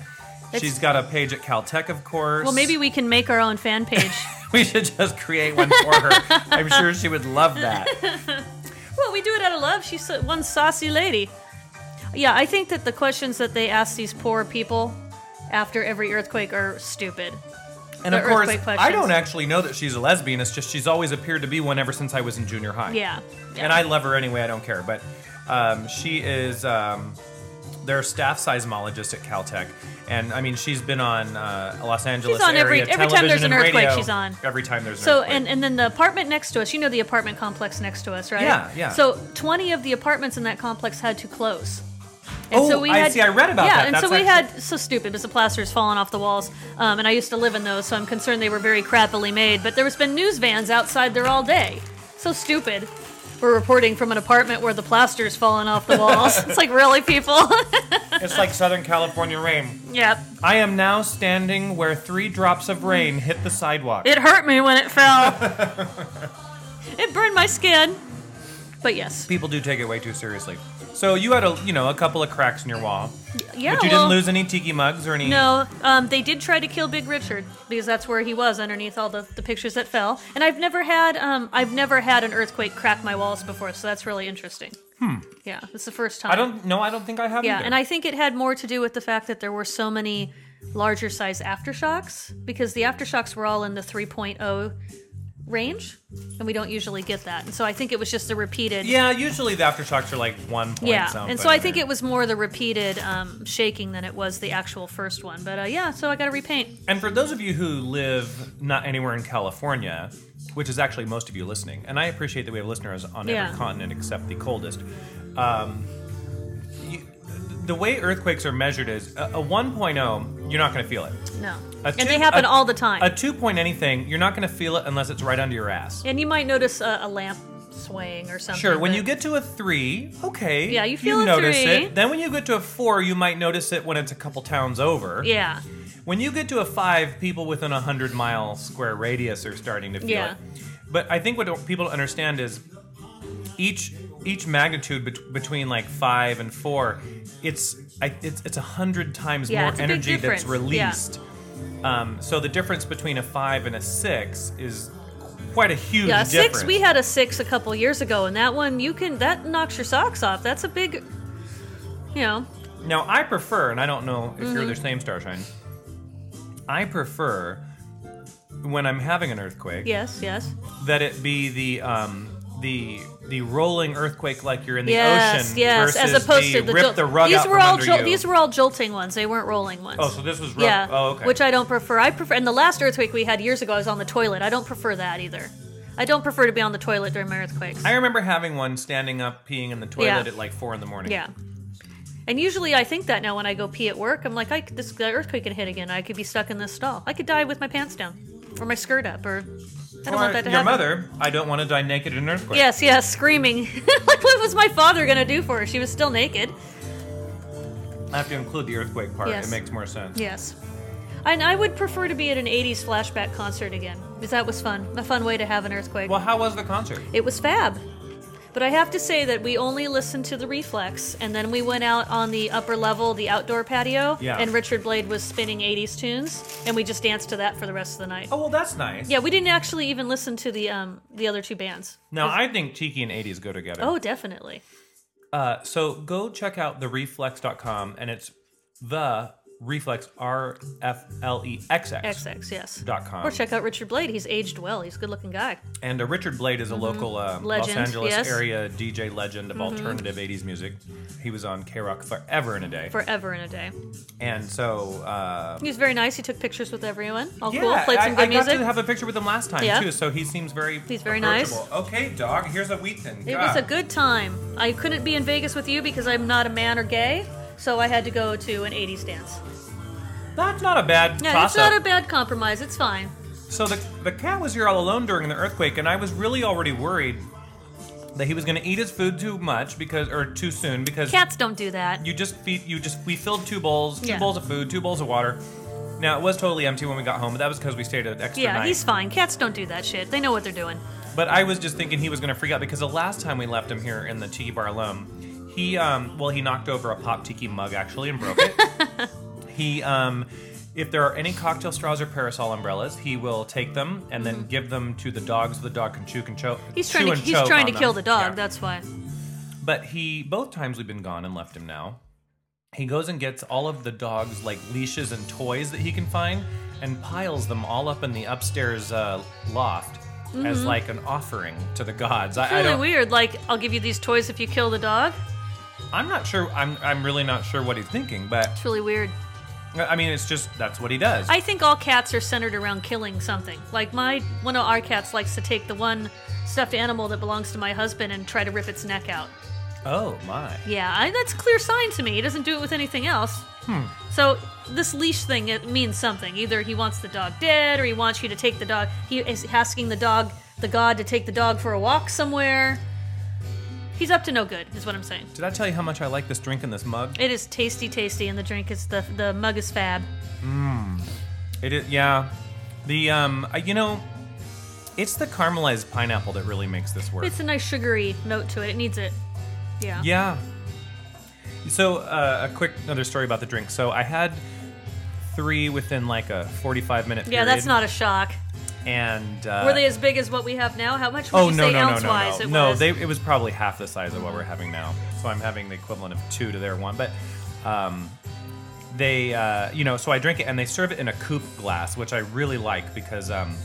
That's- she's got a page at Caltech, of course. Well, maybe we can make our own fan page. we should just create one for her. I'm sure she would love that. well, we do it out of love. She's so- one saucy lady. Yeah, I think that the questions that they ask these poor people after every earthquake are stupid. And The of course, earthquake I questions. don't actually know that she's a lesbian. It's just she's always appeared to be one ever since I was in junior high. Yeah. And I love her anyway. I don't care. But um, she is um, their staff seismologist at Caltech. And I mean, she's been on uh, Los Angeles on area every- every time television there's an and earthquake, radio. she's on. Every time there's an So earthquake. and and then the apartment next to us, you know the apartment complex next to us, right? Yeah, yeah. So twenty of the apartments in that complex had to close. Oh, I see, I read about yeah, that. and so That's we actually- had so stupid because the plaster's fallen off the walls, um, and I used to live in those, so I'm concerned they were very crappily made. But there was been news vans outside there all day. So stupid. We're reporting from an apartment where the plaster's fallen off the walls. it's like really, people. it's like Southern California rain. yep. I am now standing where three drops of Mm. rain hit the sidewalk. It hurt me when it fell. it burned my skin. But yes. People do take it way too seriously. So you had a you know a couple of cracks in your wall, Yeah. but you well, didn't lose any tiki mugs or any. No, um, they did try to kill Big Richard because that's where he was underneath all the, the pictures that fell. And I've never had um, I've never had an earthquake crack my walls before, so that's really interesting. Hmm. Yeah, it's the first time. I don't. No, I don't think I have. Yeah, either. and I think it had more to do with the fact that there were so many larger size aftershocks because the aftershocks were all in the 3.0 range, and we don't usually get that. And so I think it was just the repeated. Yeah, usually the aftershocks are like one point. Yeah, something. and so I think it was more the repeated um, shaking than it was the actual first one. But uh, yeah, so I got to repaint. And for those of you who live not anywhere in California, which is actually most of you listening, and I appreciate that we have listeners on Yeah. every continent except the coldest. Um, you, the way earthquakes are measured is a, a 1.0, you're not going to feel it. No. A and two- they happen a- all the time. A 2 point anything, you're not going to feel it unless it's right under your ass. and you might notice a, a lamp swaying or something. Sure, when but- you get to a three, okay. Yeah, you feel a notice three. it. Then when you get to a four, you might notice it when it's a couple towns over. Yeah. When you get to a five, people within a hundred mile square radius are starting to feel Yeah. it. But I think what don't- people don't understand is each each magnitude bet- between like five and four, it's I, it's it's a hundred times Yeah, more it's a big energy difference. that's Yeah. released. Um, so the difference between a five and a six is quite a huge Yeah, a difference. six. We had a six a couple years ago, and that one you can that knocks your socks off. That's a big, you know, Now, I prefer, and I don't know if Mm-hmm. you're the same, Starshine. I prefer when I'm having an earthquake yes, yes, that it be the um, the the rolling earthquake like you're in the yes, ocean yes. versus As opposed the to the rip jol- the rug these out were from all under jol- you. these were all jolting ones. They weren't rolling ones. oh, so this was rub- yeah, Oh, okay. which I don't prefer. I prefer, and the last earthquake we had years ago, I was on the toilet. I don't prefer that either. I don't prefer to be on the toilet during my earthquakes. I remember having one standing up peeing in the toilet Yeah. at like four in the morning. Yeah. And usually I think that now when I go pee at work, I'm like, I, this the earthquake can hit again. I could be stuck in this stall. I could die with my pants down or my skirt up or I don't Or want that to your happen. mother, I don't want to die naked in an earthquake. Yes, yes, screaming. like what was my father going to do for her? She was still naked. I have to include the earthquake part. Yes. It makes more sense. Yes. And I would prefer to be at an 80s flashback concert again because that was fun. A fun way to have an earthquake. Well, how was the concert? It was fab. But I have to say that we only listened to the reflex, and then we went out on the upper level, the outdoor patio, Yeah. and Richard Blade was spinning 80s tunes, and we just danced to that for the rest of the night. Oh, well, that's nice. Yeah, we didn't actually even listen to the um, the other two bands. Now, I think Tiki and 80s go together. Oh, definitely. Uh, so go check out thereflex.com and it's the Reflex, R F L E X X. XX, yes. Dot com. Or check out Richard Blade. He's aged well. He's a good looking guy. And uh, Richard Blade is a local um, Los Mm-hmm. Legend, Angeles yes. Mm-hmm. area DJ legend of alternative 80s music. He was on K Rock forever and a day. Forever in a day. and so, uh, He was very nice. He took pictures with everyone. All yeah, Oh, cool. Played I, some I good music. got to have a picture with him last time, Yeah. too, so he seems very He's very nice. approachable. Okay, dog, here's a wheat thin. It God. was a good time. I couldn't be in Vegas with you because I'm not a man or gay, so I had to go to an 80s dance. That's not a bad Yeah, toss it's not a bad compromise. It's fine. So the, the cat was here all alone during the earthquake, and I was really already worried that he was going to eat his food too much because or too soon because Cats don't do that. you just feed you just we filled two bowls, two Yeah. bowls of food, two bowls of water. Now it was totally empty when we got home, but that was because we stayed an extra Yeah, night. he's fine. Cats don't do that shit. They know what they're doing. But I was just thinking he was going to freak out because the last time we left him here in the tiki bar alone, he um well he knocked over a pop tiki mug actually and broke it. he um if there are any cocktail straws or parasol umbrellas, he will take them and then give them to the dog so the dog can chew and choke. Mm-hmm. He's trying chew to and he's choke trying on to kill them. the dog. Yeah. That's why. But he both times we've been gone and left him now. He goes and gets all of the dog's like leashes and toys that he can find and piles them all up in the upstairs uh, loft as like an offering to the gods. I, I Mm-hmm. Really don't, weird. Like, I'll give you these toys if you kill the dog. I'm not sure. I'm I'm really not sure what he's thinking, but It's really weird. I mean, it's just that's what he does. I think all cats are centered around killing something. Like my one of our cats likes to take the one stuffed animal that belongs to my husband and try to rip its neck out. oh my! Yeah, I, that's a clear sign to me. He doesn't do it with anything else. Hmm. So this leash thing it means something. Either he wants the dog dead, or he wants you to take the dog. He is asking the dog, the god, to take the dog for a walk somewhere. He's up to no good, is what I'm saying. Did I tell you how much I like this drink in this mug? It is tasty, tasty, and the drink is the the mug is fab. It is yeah. The um, I- you know, it's the caramelized pineapple that really makes this work. It's a nice sugary note to it. It needs it. Yeah. Yeah. So uh, a quick another story about the drink. So I had three within like a 45 minute Yeah, period. that's not a shock. And uh, Were they as big as what we have now? How much would Oh you no say no no ounce no wise no! it no, was? they, it was probably half the size of what we're having now. So I'm having the equivalent of two to their one. But um, they, uh, you know, so I drink it and they serve it in a coupe glass, which I really like because um,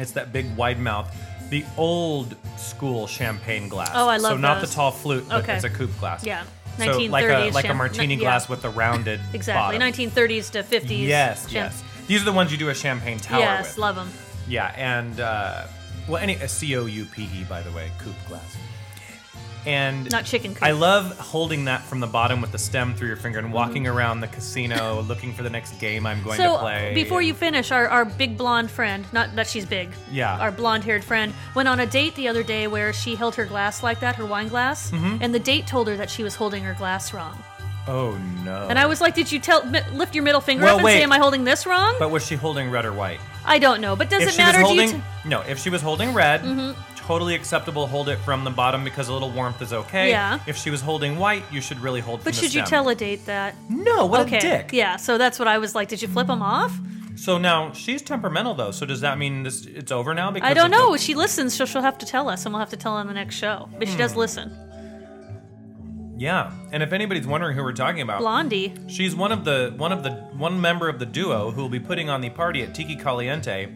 it's that big wide mouth, the old school champagne glass. Oh, I So love not those. the tall flute, but Okay. it's a coupe glass. Yeah. So like a 1930s like a champ- martini yeah. glass with the rounded exactly bottom. 1930s to 50s. Yes, champ- yes. These are the ones you do a champagne tower yes, with. love them. Yeah, and uh, well, any a C O U P E by the way, coupe glass. And Not chicken coop. Mm-hmm. I love holding that from the bottom with the stem through your finger and walking around the casino looking for the next game I'm going So to uh, play. before you finish, our, our big blonde friend, not that she's big, Yeah. our blonde haired friend, went on a date the other day where she held her glass like that, her wine glass, Mm-hmm. and the date told her that she was holding her glass wrong. Oh no. And I was like, "Did you tell mi- lift your middle finger Well, up and wait. say, am I holding this wrong?" But was she holding red or white? I don't know, but does if it she matter? was Do you Mm-hmm. holding t- no, if she was holding red, totally acceptable. Hold it from the bottom because a little warmth is okay. Yeah. If she was holding white, you should really hold. but from should the you stem. tell a date that? No, what okay, a dick. yeah. So that's what I was like. Did you flip him off? So now she's temperamental though. So does that mean this, it's over now? Because I don't of know. She listens, so she'll have to tell us, and we'll have to tell on the next show. But she does Hmm. listen. the- yeah. And if anybody's wondering who we're talking about, Blondie. she's one of the one of the one member of the duo who will be putting on the party at Tiki Caliente.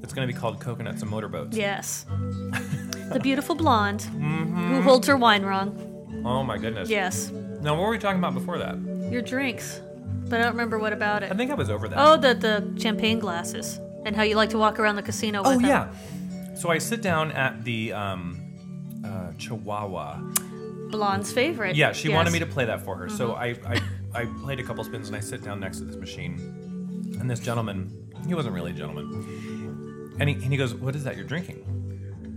That's going to be called Coconuts and Motorboats. Yes. the beautiful blonde Mm-hmm. who holds her wine wrong. Oh my goodness. Yes. Now what were we talking about before that? Your drinks. But I don't remember what about I it. think I was over that. Oh, the, the champagne glasses and how you like to walk around the casino with Oh, them. yeah. So I sit down at the um, uh, Chihuahua. Blonde's favorite. Yeah, she Yes. wanted me to play that for her. So I, I, I played a couple spins and I sit down next to this machine. And this gentleman, he wasn't really a gentleman. And he, and he goes, What is that you're drinking?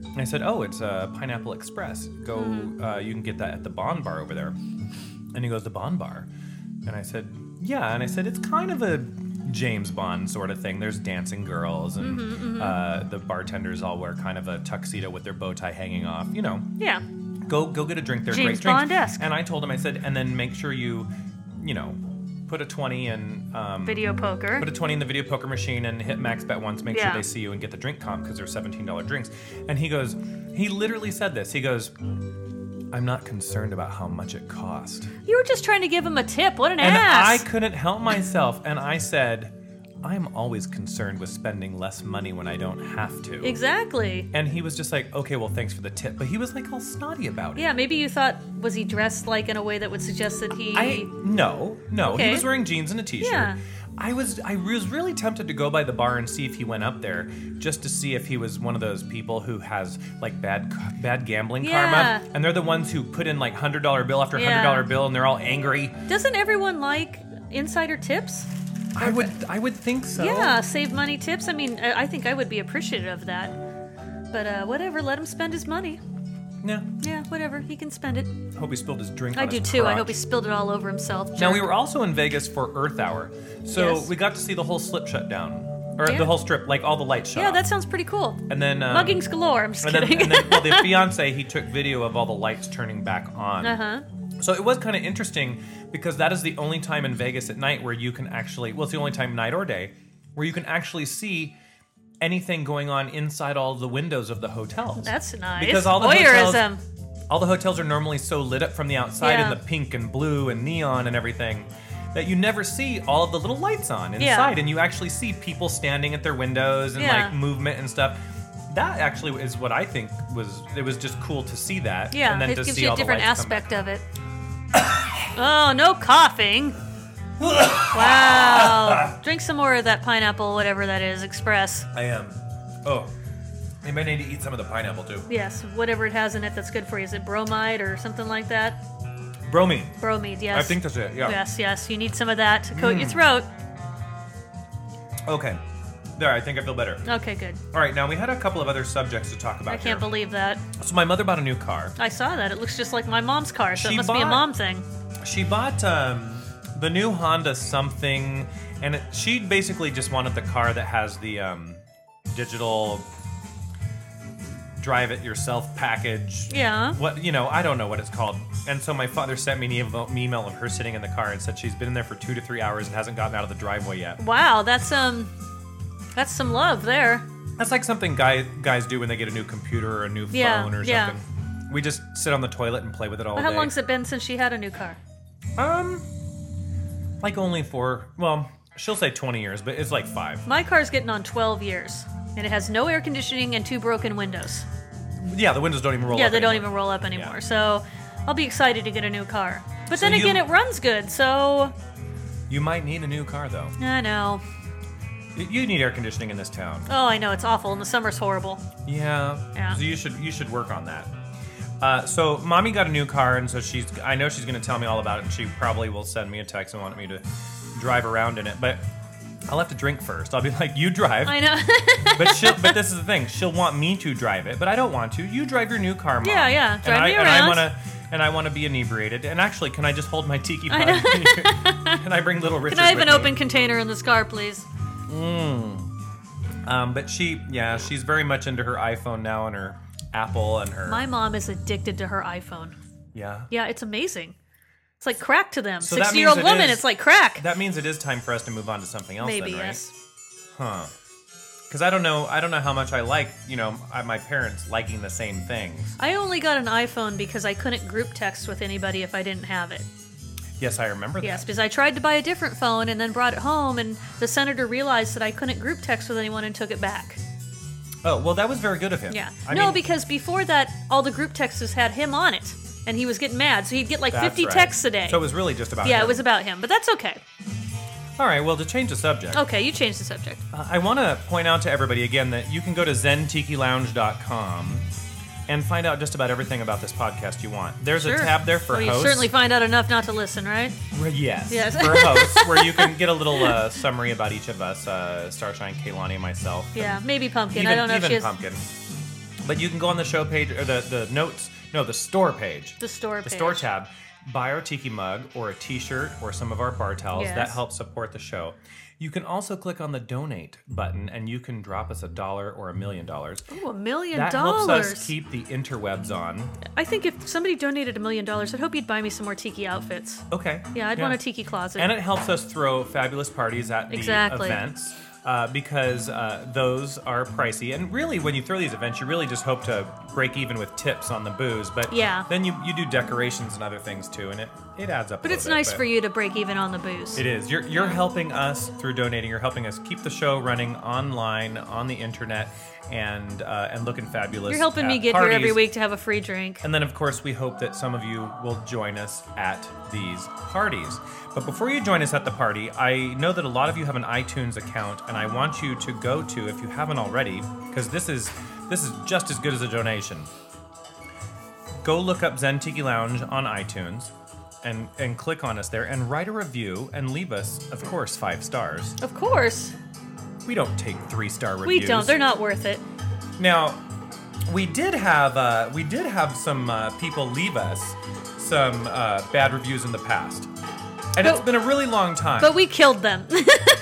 And I said, Oh, it's uh, Pineapple Express. Go, uh, you can get that at the Bon Bar over there. And he goes, The Bon Bar. And I said, Yeah. And I said, It's kind of a James Bond sort of thing. There's dancing girls, and Uh, the bartenders all wear kind of a tuxedo with their bow tie hanging off, you know Yeah. go go get a drink. They're James great drinks. Bond-esque. And I told him, I said, and then make sure you, you know, put a twenty in, um, Video poker. put a twenty in the video poker machine and hit max bet once. Make Yeah. sure they see you and get the drink comp because they're seventeen dollar drinks. And he goes, he literally said this. He goes, I'm not concerned about how much it cost. You were just trying to give him a tip. What an And I ass. couldn't help myself. And I said, I'm always concerned with spending less money when I don't have to. exactly. and he was just like, okay, well, thanks for the tip. But he was like all snotty about it. Yeah, maybe you thought was he dressed like in a way that would suggest that he I no no he Okay. was wearing jeans and a t-shirt. Yeah. I was I was really tempted to go by the bar and see if he went up there just to see if he was one of those people who has like bad c- bad gambling Yeah. karma and they're the ones who put in like hundred dollar bill after hundred dollar Yeah. bill and they're all angry. doesn't everyone like insider tips? I would I would think so. Yeah, save money tips. I mean, I I think I would be appreciative of that. But uh, whatever, let him spend his money. Yeah. Yeah, whatever, he can spend it. Hope he spilled his drink. I on do his too. I hope crotch. he spilled it all over himself. Now jerk. we were also in Vegas for Earth Hour, so Yes. we got to see the whole slip shut down or Yeah. the whole strip, like all the lights shut. yeah, off. that sounds pretty cool. uh, and then um, Muggings galore. I'm just And then, kidding. and then well, the fiance he took video of all the lights turning back on. uh huh. So it was kind of interesting because that is the only time in Vegas at night where you can actually well, it's the only time night or day where you can actually see anything going on inside all the windows of the hotels. That's nice. Because all the Voyeurism. hotels, all the hotels are normally so lit up from the outside in Yeah. the pink and blue and neon and everything that you never see all of the little lights on inside Yeah. and you actually see people standing at their windows and Yeah. like movement and stuff. That actually is what I think was it was just cool to see that. Yeah, and then it to gives see you all a the different lights come back. aspect of it. oh, no coughing. wow. Drink some more of that pineapple, whatever that is, express. I am. Oh. You might need to eat some of the pineapple too. Yes, whatever it has in it that's good for you. Is it bromide or something like that? Bromine. Bromide, yes. I think that's it. Yeah. Hmm. Yes, yes. You need some of that to coat your throat. Okay. There, I think I feel better. Okay, good. All right, now we had a couple of other subjects to talk about. I can't here. believe that. So my mother bought a new car. I saw that. It looks just like my mom's car, so She it must be a bought- mom thing. She bought um, the new Honda something, and it, she basically just wanted the car that has the um, digital drive it yourself package. Yeah. What you know, I don't know what it's called. And so my father sent me an email, email of her sitting in the car and said she's been in there for two to three hours and hasn't gotten out of the driveway yet. Wow, that's um that's some love there. That's like something guy, guys do when they get a new computer or a new Yeah, phone or yeah. something. We just sit on the toilet and play with it all Well, how day. long's it been since she had a new car? Um, like only four. Well, she'll say twenty years, but it's like five. My car's getting on 12 years, and it has no air conditioning and two broken windows. Yeah, the windows don't even roll. yeah, up they don't anymore. even roll up anymore. Yeah. So I'll be excited to get a new car. But then you- again, it runs good, so You might need a new car though. I know. Y- You need air conditioning in this town. Oh, I know, it's awful, and the summer's horrible. Yeah. Yeah. So you should you should work on that. Uh, so mommy got a new car, and so she's I know she's going to tell me all about it, and she probably will send me a text and want me to drive around in it, but. I'll have to drink first. I'll be like, you drive, I know. but she'll, but this is the thing. She'll want me to drive it, but I don't want to. You drive your new car, mom. Yeah, yeah. and Drive I, me And I around. want to, and I want to be inebriated. And actually, can I just hold my tiki pot? know. and I bring little Richard. Can I have with an me? open container in this car, please? Um, but she, yeah, she's very much into her iPhone now and her Apple and her. My mom is addicted to her iPhone. yeah. Yeah, it's amazing. It's like crack to them. So that 60 year old means it woman, is- it's like crack. That means it is time for us to move on to something else, Maybe, then, right? yes. Huh. Because I don't know, I don't know how much I like, you know, I, my parents liking the same things. I only got an iPhone because I couldn't group text with anybody if I didn't have it. Yes, I remember that. Yes, because I tried to buy a different phone and then brought it home, and the senator realized that I couldn't group text with anyone and took it back. Oh, well, that was very good of him. Yeah. I no, mean, because before that, all the group texts had him on it, and he was getting mad, so he'd get like that's 50 right. texts a day. So it was really just about. yeah, him. it was about him, but that's okay. All right. Well, to change the subject, Okay, you changed the subject. Uh, I want to point out to everybody again that you can go to zentikilounge.com and find out just about everything about this podcast you want. There's Sure. a tab there for well, hosts. you certainly find out enough not to listen, right? Where- yes. Yes. for hosts, where you can get a little uh, summary about each of us uh, Starshine, Kaylani, and myself. Yeah, maybe pumpkin. Even, I don't know if even she has Pumpkin. But you can go on the show page or the, the notes, no, the store page. the store. the page. store tab. Buy our tiki mug or a t shirt or some of our bar towels. That Yes. helps support the show. You can also click on the donate button and you can drop us a dollar or a million dollars. Ooh, a million That dollars. helps us keep the interwebs on. I think if somebody donated a million dollars, I'd hope you'd buy me some more tiki outfits. Okay. Yeah, I'd want a tiki closet. And it helps us throw fabulous parties at the Exactly. events. uh, because uh, those are pricey. And really, when you throw these events, you really just hope to break even with tips on the booze. But Yeah. then you, you do decorations and other things too, and it, it adds up. But it's nice for you to break even on the booze. It is. You're, you're helping us through donating. You're helping us keep the show running online, on the internet, and uh, and looking fabulous. You're helping at me get parties. here every week to have a free drink. And then, of course, we hope that some of you will join us at these parties. But before you join us at the party, I know that a lot of you have an iTunes account, and I want you to go to, if you haven't already, because this is this is just as good as a donation. Go look up Zen Tiki Lounge on iTunes, and and click on us there, and write a review, and leave us, of course, five stars. Of course. We don't take three star We reviews. don't. They're not worth it. Now, we did have uh, we did have some uh, people leave us some uh, bad reviews in the past, and it's But- been a really long time. But we killed them.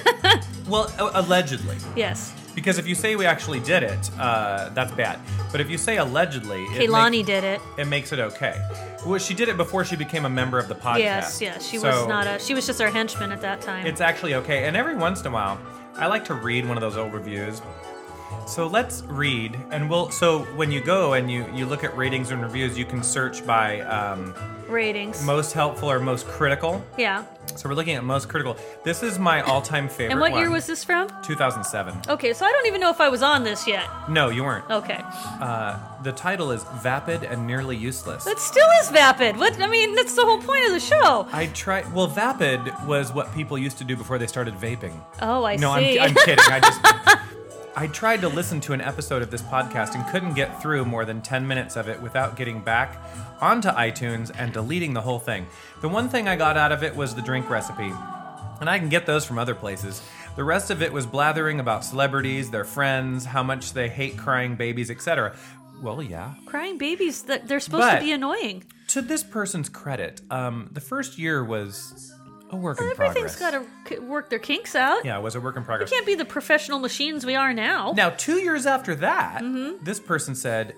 well, a- allegedly, yes. because if you say we actually did it, uh, that's bad. But if you say allegedly, it, Kaylani make- did it. it makes it okay. Well, she did it before she became a member of the podcast. Yes, yes. She So was not a. She was just our henchman at that time. It's actually okay, and every once in a while, I like to read one of those old reviews. So let's read, and we'll. So when you go and you you look at ratings and reviews, you can search by um, Ratings. most helpful or most critical. yeah. So we're looking at most critical. This is my all-time favorite. And what year one. was this from? 2007? Okay, so I don't even know if I was on this yet. No, you weren't. Okay. Uh, the title is "Vapid and Nearly Useless." That still is vapid. What I mean, that's the whole point of the show. I try. Well, vapid was what people used to do before they started vaping. Oh, I no, see. I'm, I'm kidding. I just. I tried to listen to an episode of this podcast and couldn't get through more than 10 minutes of it without getting back onto iTunes and deleting the whole thing. The one thing I got out of it was the drink recipe, and I can get those from other places. The rest of it was blathering about celebrities, their friends, how much they hate crying babies, etc. Well, yeah, Crying babies, that they're supposed But- to be annoying. to this person's credit, um, the first year was a work in Everything's progress. got to work their kinks out. yeah, it was a work in progress. Can't be the professional machines we are now. Now, two years after that, Mm-hmm. this person said,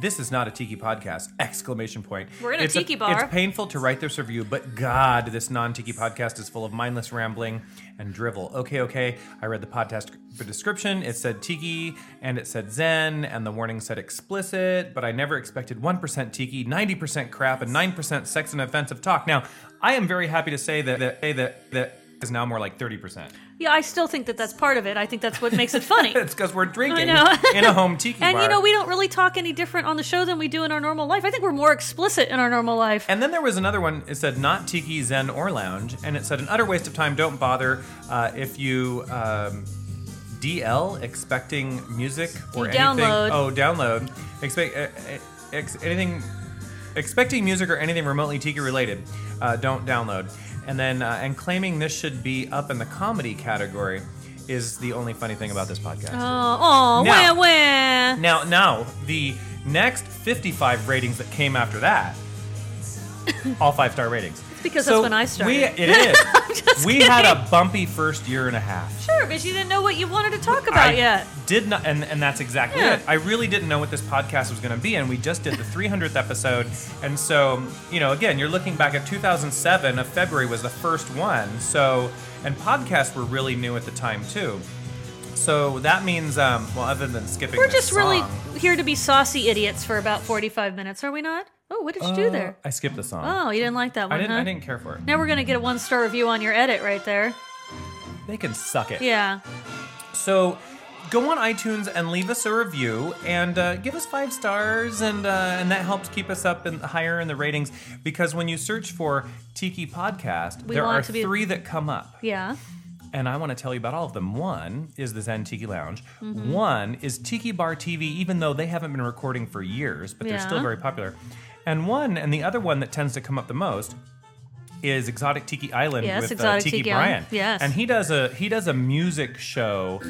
"This is not a tiki podcast!" Exclamation point. We're in a It's tiki bar. It's painful to write this review, but God, this non-tiki podcast is full of mindless rambling and drivel. Okay, okay. I read the podcast description. It said tiki, and it said zen, and the warning said explicit. But I never expected one percent tiki, ninety percent crap, and nine percent sex and offensive talk. Now, I am very happy to say that that that, that is now more like thirty percent. Yeah, I still think that that's part of it. I think that's what makes it funny. It's because we're drinking know. in a home tiki and bar. you know, we don't really talk any different on the show than we do in our normal life. I think we're more explicit in our normal life. And then there was another one. It said not tiki, zen, or lounge, and it said an utter waste of time. Don't bother uh, if you um, DL expecting music or You anything. download. Oh, download. Expect uh, uh, ex- anything. Expecting music or anything remotely tiki related. Uh, don't download. And then uh, and claiming this should be up in the comedy category is the only funny thing about this podcast. Oh, oh, Now- wah, wah. Now, now the next 55 ratings that came after that, all five star ratings. It's because that's when I started. We, it is. we had a bumpy first year and a half. Sure, but you didn't know what you wanted to talk about I yet. did not, and, and that's exactly Yeah. it. I really didn't know what this podcast was going to be, and we just did the 300th episode, and so you know, again, you're looking back at 2007 of February was the first one, so and podcasts were really new at the time too. So that means, um, well, other than skipping, We're this just really song- here to be saucy idiots for about 45 minutes, are we not? Oh, what did you do Uh, there? I skipped the song. Oh, you didn't like that one, I didn't. huh? I didn't care for it. Now we're going to get a one star review on your edit right there. They can suck it. Yeah. So, go on iTunes and leave us a review and uh, give us five stars, and uh, and that helps keep us up and higher in the ratings. Because when you search for Tiki Podcast, We there want are it to be- three that come up, Yeah. and I want to tell you about all of them. One is the Zen Tiki Lounge. Mm-hmm. One is Tiki Bar TV, even though they haven't been recording for years, but they're still Yeah. very popular. And one, and the other one that tends to come up the most is Exotic Tiki Island Yes, with uh, Exotic Tiki, Tiki Bryan. Island. Yes. and he does a he does a music show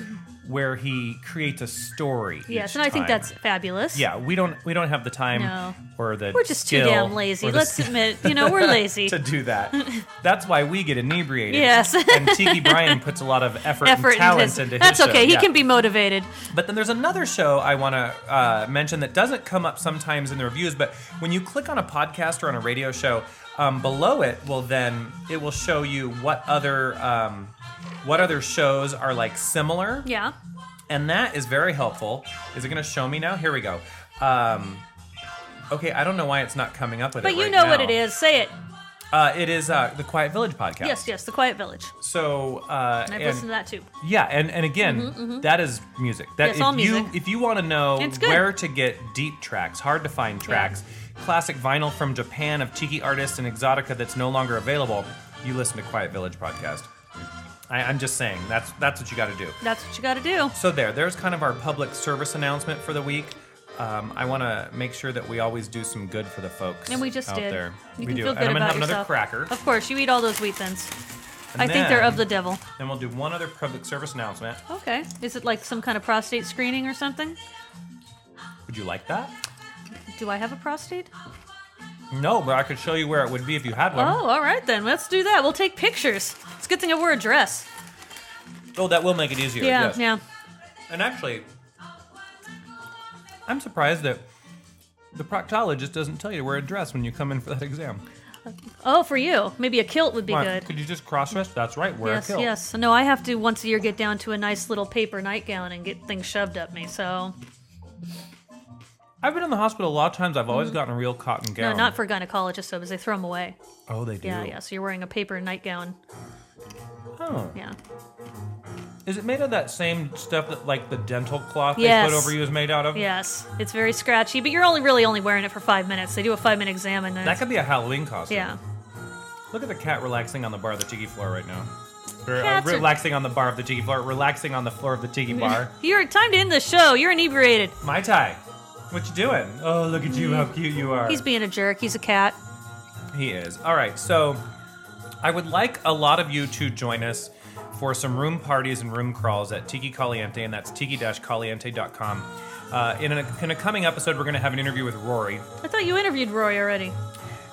where he creates a story. Yes, each and I think time. that's fabulous. yeah. We don't we don't have the time No. or the We're just too skill damn lazy. or the Let's admit, you know, we're lazy. to do that. That's why we get inebriated. Yes. and Tiki Bryan puts a lot of effort, Effort and talent his- into his That's show. okay. He Yeah. can be motivated. But then there's another show I want to uh, mention that doesn't come up sometimes in the reviews, but when you click on a podcast or on a radio show, um, below it will then it will show you what other um, what other shows are like similar. Yeah. And that is very helpful. Is it going to show me now? Here we go. Um, okay, I don't know why it's not coming up with But it. you right know what now. it is. Say it. Uh, it is uh, the Quiet Village podcast. Yes, yes, The Quiet Village. So uh, And I've listened to that too. Yeah, and, and again, that is music. That Yes, if all you music. if you want to know It's good. where to get deep tracks, hard to find tracks, classic vinyl from Japan of tiki artists and exotica that's no longer available, you listen to Quiet Village podcast. I, I'm just saying that's that's what you got to do. That's what you got to do. So there, there's kind of our public service announcement for the week. Um, I want to make sure that we always do some good for the folks. And we just out did. There. we You can do. feel and good I'm gonna about have another yourself. cracker. Of course, you eat all those wheat thins. and I think they're of the then- devil. Then we'll do one other public service announcement. Okay. Is it like some kind of prostate screening or something? Would you like that? Do I have a prostate? No, but I could show you where it would be if you had one. Oh, all right then. Let's do that. We'll take pictures. It's a good thing I wore a dress. Oh, that will make it easier. Yeah, yes. yeah. And actually, I'm surprised that the proctologist doesn't tell you to wear a dress when you come in for that exam. Oh, for you. Maybe a kilt would be Why, good. Could you just cross dress? That's right. Wear Yes, a kilt. yes. No, I have to once a year get down to a nice little paper nightgown and get things shoved up me. So, I've been in the hospital a lot of times. I've always gotten a real cotton Mm-hmm. no, gown. not for gynecologists though, because they throw them away. Oh, they do. Yeah, yeah. So you're wearing a paper nightgown. Oh. Yeah. Is it made of that same stuff that like the dental cloth Yes. they put over you is made out of? Yes, it's very scratchy, but you're only really only wearing it for five minutes. They do a five minute exam and then That could be a Halloween costume. yeah. Look at the cat relaxing on the bar of the tiki floor right now. Or, uh, Cats are- relaxing on the bar of the tiki floor, relaxing on the floor of the tiki bar. You're time to end the show. You're inebriated. Mai Tai, what you doing? Oh, look at you, how cute you are. He's being a jerk. He's a cat. He is. All right, so I would like a lot of you to join us for some room parties and room crawls at Tiki Caliente, and that's tiki-caliente.com. Uh, in, a, in a coming episode, we're going to have an interview with Rory. I thought you interviewed Roy already,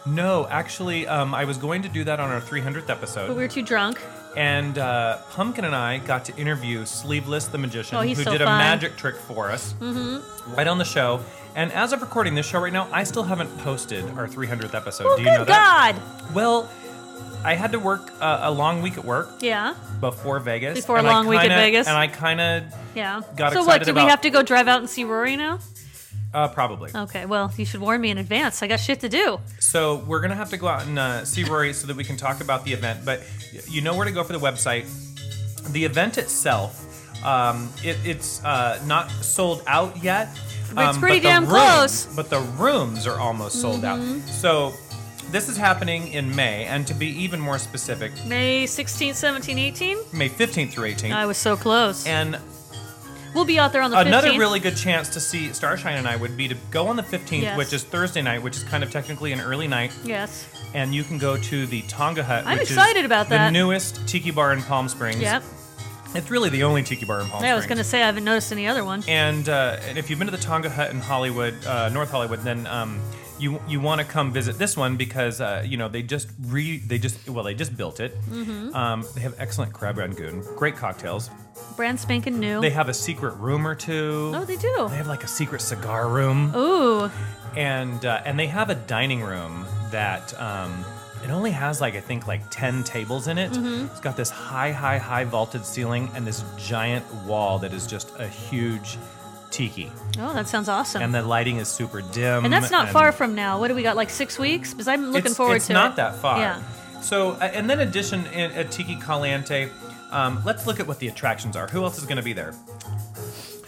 No, actually, um, I was going to do that on our 300th episode. but we were too drunk. And uh, Pumpkin and I got to interview Sleeveless the Magician, Oh, who he's so did a fun. Mm-hmm. magic trick for us right on the show. And as of recording this show right now, I still haven't posted our 300th episode. Oh, Do good you know that? God! Well, I had to work uh, a long week at work Yeah, before Vegas. Before a and I long week at kinda- Vegas? And I kind of, yeah. Got so excited what? Do about- we have to go drive out and see Rory now? uh, probably. Okay. Well, you should warn me in advance. I got shit to do. So we're gonna have to go out and uh, see Rory so that we can talk about the event. But y- you know where to go for the website. The event itself, um, it, it's uh, not sold out yet. um, It's pretty damn close. Mm-hmm. But the rooms are almost sold out. So this is happening in May, and to be even more specific, May 16, 17, 18. May 15th through 18th. I was so close. and we'll be out there on the another 15th. really good chance to see Starshine and I would be to go on the 15th, Yes. which is Thursday night, which is kind of technically an early night. yes. and you can go to the Tonga Hut. I'm which is excited about The that. newest tiki bar in Palm Springs. Yep. It's really the only tiki bar in Palm Springs. Yeah, I was gonna say I haven't noticed any other one. And, uh, and if you've been to the Tonga Hut in Hollywood, uh, North Hollywood, then um, you you want to come visit this one because uh, you know they just re they just well they just built it. Mm-hmm. Um, they have excellent crab rangoon, great cocktails. Brand spanking new. They have a secret room or two. oh, they do. They have like a secret cigar room. Ooh. and uh, and they have a dining room that um, it only has like I think like ten tables in it. Mm-hmm. It's got this high, high, high vaulted ceiling and this giant wall that is just a huge tiki, Oh, that sounds awesome. and the lighting is super dim. And that's not far from now. What do we got? Like six weeks? Because I'm looking it's, forward it's to it. not that far. Yeah. So uh, and then addition in, at Tiki Caliente, um, let's look at what the attractions are. Who else is going to be there?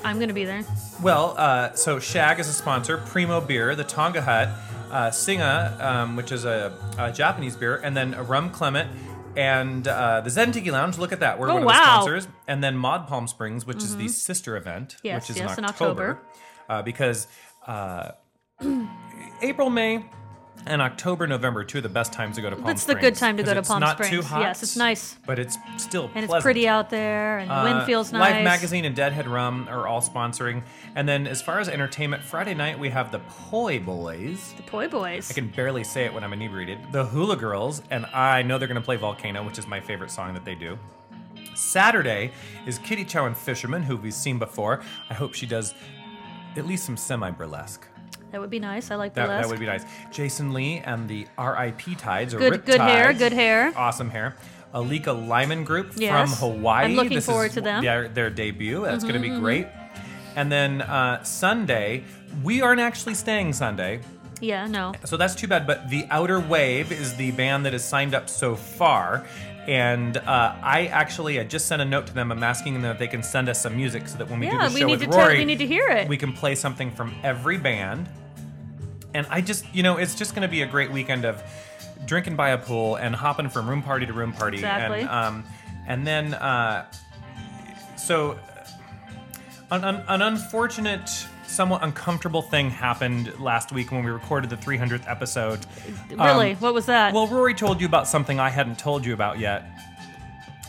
I'm gonna be there. Well, uh, so Shag is a sponsor, Primo Beer, the Tonga Hut, uh, Singa, um, which is a, a Japanese beer, and then Rum Clement and uh, the Zen Tiki Lounge. Look at that. We're Oh, one of wow. Mm-hmm. the sponsors. And then Mod Palm Springs, which is the sister event, Yes, which is yes, in in October. October. Uh, because uh, April, May, and October, November, two of the best times to go to Palm That's the Springs. good time to go 'cause to it's Palm not Too Springs. hot, Yes, it's nice. But it's still And it's pleasant. pretty out there, and the Uh, wind feels nice. Life Magazine and Deadhead Rum are all sponsoring. And then as far as entertainment, Friday night we have the Poi Boys. The Poi Boys. I can barely say it when I'm inebriated. The Hula Girls, and I know they're going to play Volcano, which is my favorite song that they do. Saturday is Kitty Chow and Fisherman, who we've seen before. I hope she does at least some semi burlesque. That would be nice. I like That, burlesque. that would be nice. Jason Lee and the RIP Tides or Good- Rip good hair, Tides. good hair. Awesome hair. Alika Lyman Group Yes. from Hawaii. I'm looking This is forward to them. Mm-hmm, Their, their debut. That's going to be great. And then uh, Sunday, we aren't actually staying Sunday, Yeah, no. so that's too bad. But the Outer Wave is the band that has signed up so far. And uh, I actually I just sent a note to them. I'm asking them if they can send us some music so that when we do Yeah, the we show need with to tell- Rory, we need to hear it. We can play something from every band. And I just, you know, it's just going to be a great weekend of drinking by a pool and hopping from room party to room party. Exactly. And, um, and then, uh, so uh, an, an, an unfortunate, somewhat uncomfortable thing happened last week when we recorded the 300th episode. Really? Um, what was that? Well, Rory told you about something I hadn't told you about yet.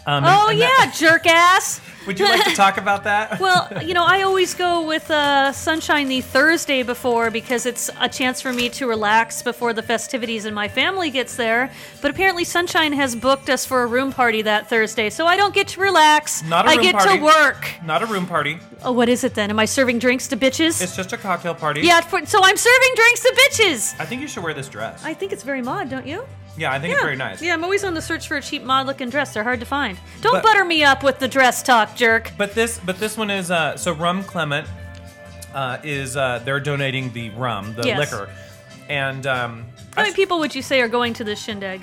Um, and- oh, and yeah, that- jerk ass. would you like to talk about that? Well, you know, I always go with uh, sunshine the Thursday before because it's a chance for me to relax before the festivities and my family gets there. But apparently, sunshine has booked us for a room party that Thursday, so I don't get to relax. Not a I room get party. to work. Not a room party. Oh, what is it then? Am I serving drinks to bitches? It's just a cocktail party. yeah, for, so I'm serving drinks to bitches. I think you should wear this dress. I think it's very mod, don't you? yeah, I think it's very nice. Yeah, I'm always on the search for a cheap mod looking dress. They're hard to find. Don't But- butter me up with the dress talk, jerk. But this, but this one is uh, so rum Clement uh, is uh, they're donating the rum, the Yes. liquor, and um, How I many people would you say are going to this shindig?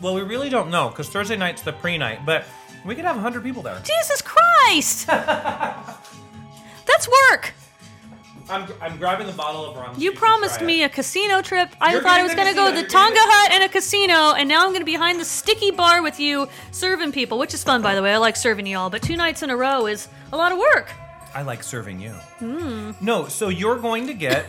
Well, we really don't know because Thursday night's the pre night, but we could have 100 people there. Jesus Christ! That's work. I'm, I'm grabbing the bottle of rum. so You can promised try me it. a casino trip. I You're thought I getting was the going to go casino. to the You're getting Tonga the- Hut and a casino, and now I'm going to be behind the sticky bar with you serving people, which is fun, by the way. I like serving y'all, but two nights in a row is a lot of work. I like serving you. Hmm. No, so you're going to get.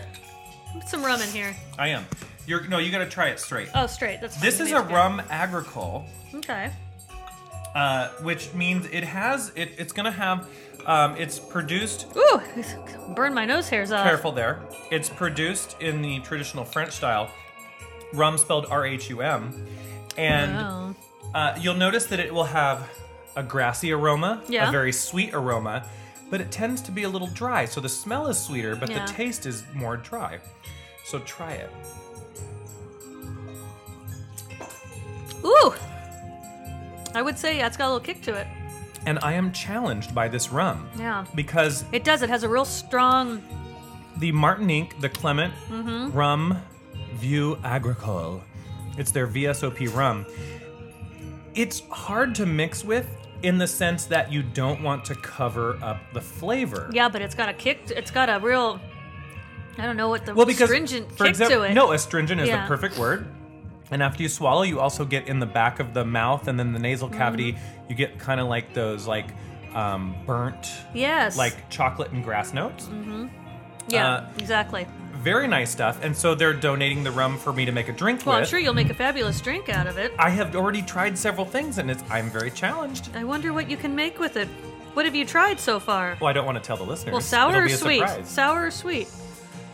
Put some rum in here. I am. You're No, you got to try it straight. Oh, straight. That's fine. this You is made a it good. rum agricole, Okay. uh, which means it has. It, it's going to have. Um, it's produced. Ooh, burn my nose hairs off. Careful there. It's produced in the traditional French style, rum spelled R H U M. And. Oh. Uh, you'll notice that it will have a grassy aroma, Yeah. a very sweet aroma, but it tends to be a little dry. So the smell is sweeter, but Yeah. the taste is more dry. So try it. Ooh. I would say yeah, it's got a little kick to it. And I am challenged by this rum Yeah. because It does. It has a real strong. the Martinique, the Clement Mm-hmm. Rum View Agricole, it's their VSOP rum. It's hard to mix with in the sense that you don't want to cover up the flavor. Yeah, but it's got a kick. It's got a real. I don't know what the well because stringent for kick example, to it. No, astringent is Yeah. the perfect word. And after you swallow, you also get in the back of the mouth and then the nasal Mm-hmm. cavity. You get kind of like those like um, burnt, Yes. Mm. like chocolate and grass notes. Yeah. uh, exactly. Very nice stuff. And so they're donating the rum for me to make a drink Well, I'm with. sure you'll make a fabulous drink out of it. I have already tried several things, and it's I'm very challenged. I wonder what you can make with it. What have you tried so far? Well, I don't want to tell the listeners. Well, sour It'll or be a sweet? surprise. Sour or sweet?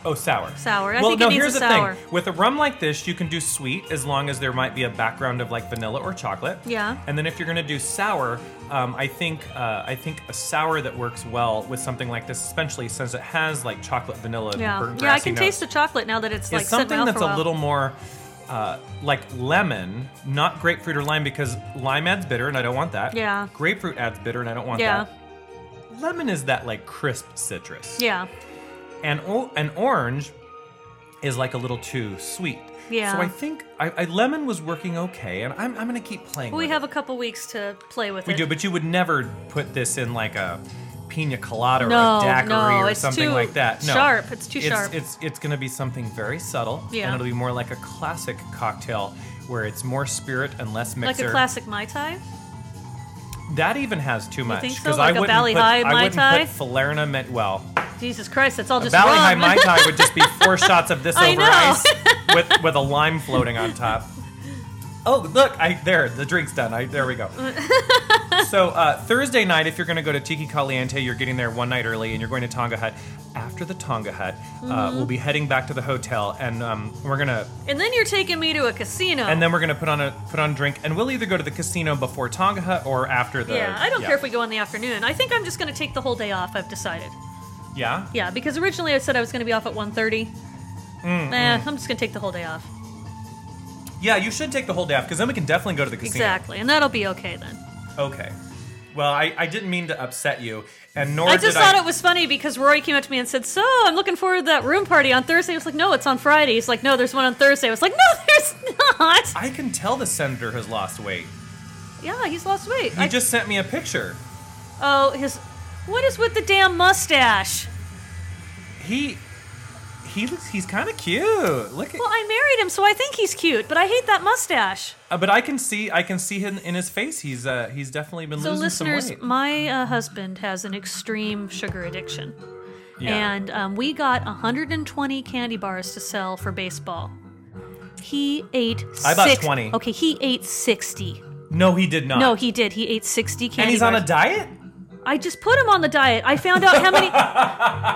Oh, sour. Sour. I well, think it no, needs a here's the sour. thing. With a rum like this, you can do sweet as long as there might be a background of like vanilla or chocolate. Yeah. And then if you're gonna do sour, um, I think uh, I think a sour that works well with something like this, especially since it has like chocolate, vanilla, Yeah. burnt Yeah, I grassy can notes, taste the chocolate now that it's like Is sitting something out that's for a, a while. little more. Uh, like lemon, not grapefruit or lime, because lime adds bitter, and I don't want that. Yeah. Grapefruit adds bitter, and I don't want Yeah. that. Lemon is that like crisp citrus Yeah. and o- an orange is like a little too sweet. Yeah. So I think I, I lemon was working okay, and I'm, I'm gonna keep playing. We with have it. a couple weeks to play with we it. do, but you would never put this in like a pina colada No, or a daiquiri no, or it's something too like that. No, sharp. It's too sharp. It's it's gonna be something very subtle, Yeah. and it'll be more like a classic cocktail where it's more spirit and less like mixer. a classic mai tai. that even has too much think so? because I Like a wouldn't Bally put High I Mai wouldn't Tai? put Falerna meant well. Jesus Christ, that's all just Valley rum. High Mai Tai would just be four shots of this I over know. ice with with a lime floating on top. Oh, look, I there, the drink's done. I there we go. so uh, Thursday night, if you're going to go to Tiki Caliente, you're getting there one night early, and you're going to Tonga Hut. After the Tonga Hut, uh, Mm-hmm. we'll be heading back to the hotel, and um, we're gonna and then you're taking me to a casino. and then we're gonna put on a put on a drink, and we'll either go to the casino before Tonga Hut or after the. yeah, I don't care if we go in the afternoon. I think I'm just going to take the whole day off. I've decided. Yeah. Yeah, because originally Mm, I said I was going to be off at 1.30. Nah, I'm just going to take the whole day off. Yeah, you should take the whole day off because then we can definitely go to the casino. Exactly, and that'll be okay then. Okay. Well, I, I didn't mean to upset you, and nor I just did thought I. it was funny because Rory came up to me and said, "So I'm looking forward to that room party on Thursday." I was like, "No, it's on Friday." He's like, "No, there's one on Thursday." I was like, "No, there's not." I can tell the senator has lost weight. yeah, he's lost weight. He I- just sent me a picture. oh, his what is with the damn mustache? He he looks he's kind of cute. Look at Well, I married him, so I think he's cute, but I hate that mustache. Uh, but I can see I can see him in his face. He's uh he's definitely been So, losing listeners, some weight. my uh, husband has an extreme sugar addiction, yeah. and um, we got 120 candy bars to sell for baseball. He ate. I bought six- 20. Okay, he ate 60. no, he did not. No, he did. He ate 60 candy and he's bars. on a diet. I just put him on the diet. I found out how many.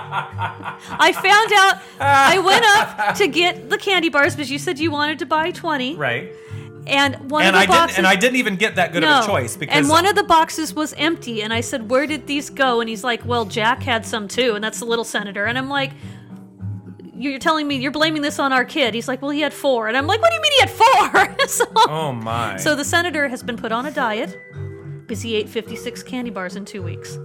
I found out. I went up to get the candy bars because you said you wanted to buy 20, Right. and one And of I the boxes. didn't and I didn't even get that good of a choice because and one of the boxes was empty, and I said, "Where did these go?" And he's like, "Well, Jack had some too, and that's the little senator." And I'm like, "You're telling me you're blaming this on our kid?" He's like, "Well, he had four. and I'm like, "What do you mean he had four? so, Oh my. so the senator has been put on a diet because he ate 56 candy bars in two weeks.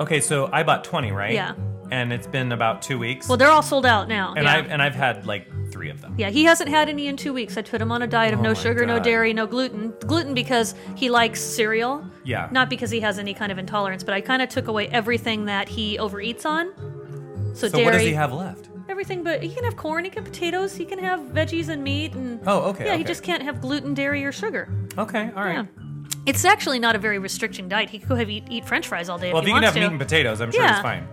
Okay, so I bought 20, right? Yeah. And it's been about 2 weeks. Well, they're all sold out now. and yeah. I and I've had like 3 of them. Yeah, he hasn't had any in two weeks. I put him on a diet of Oh my no sugar, no God. dairy, no gluten. Gluten because he likes cereal. Yeah. Not because he has any kind of intolerance, but I kind of took away everything that he overeats on. So, so dairy, what does he have left? everything, but he can have corn, he can have potatoes, he can have veggies and meat, and Oh, okay. yeah, okay. he just can't have gluten, dairy, or sugar. Okay, all right. Yeah, it's actually not a very restricting diet. He could go have eat, eat French fries all day Well, if if he you can have wants meat and to. potatoes, I'm sure Yeah. it's fine.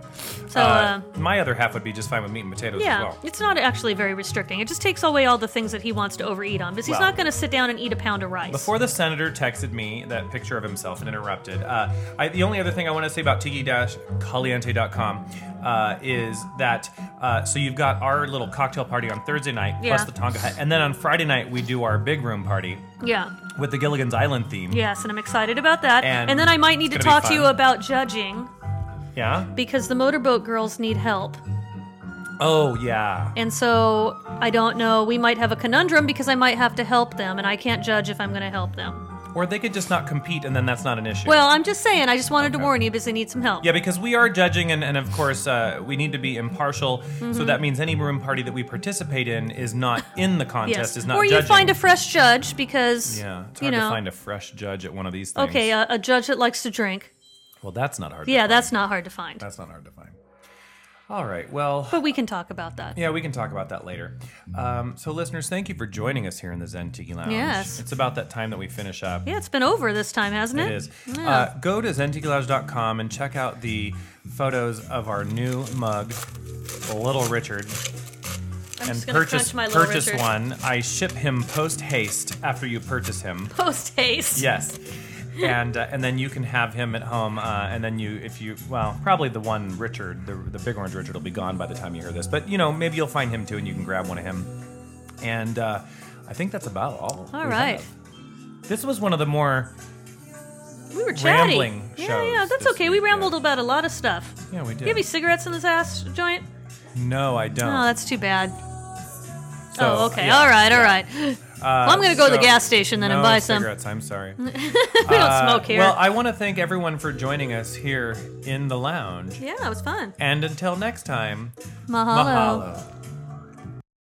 so. Uh, my other half would be just fine with meat and potatoes yeah, as well. it's not actually very restricting. It just takes away all the things that he wants to overeat on because he's Well. not going to sit down and eat a pound of rice. Before the senator texted me that picture of himself and interrupted, uh, I, the only other thing I want to say about tiki-caliente.com uh, is that uh, so you've got our little cocktail party on Thursday night Yeah. plus the Tonga Hut, and then on Friday night we do our big room party yeah. with the Gilligan's Island theme. Yes, and I'm excited about that. And And, then I might need to it's gonna be talk to you fun. about judging Yeah? because the motorboat girls need help. Oh yeah. And so I don't know, we might have a conundrum because I might have to help them and I can't judge if I'm going to help them. Or they could just not compete, and then that's not an issue. Well, I'm just saying, I just wanted Okay. to warn you because they need some help. Yeah, because we are judging, and, and of course, uh, we need to be impartial. Mm-hmm. So that means any room party that we participate in is not in the contest, yes. is not or you judging. find a fresh judge because yeah, it's you hard know. to find a fresh judge at one of these things. okay, a, a judge that likes to drink. well, that's not hard. Yeah, to find. that's not hard to find. that's not hard to find. All right. Well, But we can talk about that. yeah, we can talk about that later. Um, so, listeners, thank you for joining us here in the Zen Tiki Lounge. Yes. it's about that time that we finish up. Yeah, it's been over this time, hasn't It it? is. Uh, go to zentikilounge.com and check out the photos of our new mug, Little Richard, I'm and just going to purchase, crunch my little purchase Richard. one. I ship him post haste after you purchase him. Post haste. Yes. and uh, and then you can have him at home, uh, and then you, if you, well, probably the one Richard, the, the big orange Richard, will be gone by the time you hear this. But you know, maybe you'll find him too, and you can grab one of him. And uh, I think that's about all. All we right. have. This was one of the more We were chatty. Rambling yeah, shows yeah, that's this okay. week, we rambled yeah. about a lot of stuff. yeah we did. You have any cigarettes in this ass joint? no, I don't. Oh, that's too bad. So, oh, okay. yeah. Uh, All right, all right. well, I'm gonna go to so- the gas station then no and buy cigarettes. I'm sorry. we some. we don't smoke here. Uh, Well, I want to thank everyone for joining us here in the lounge. yeah, it was fun. And until next time, Mahalo. mahalo.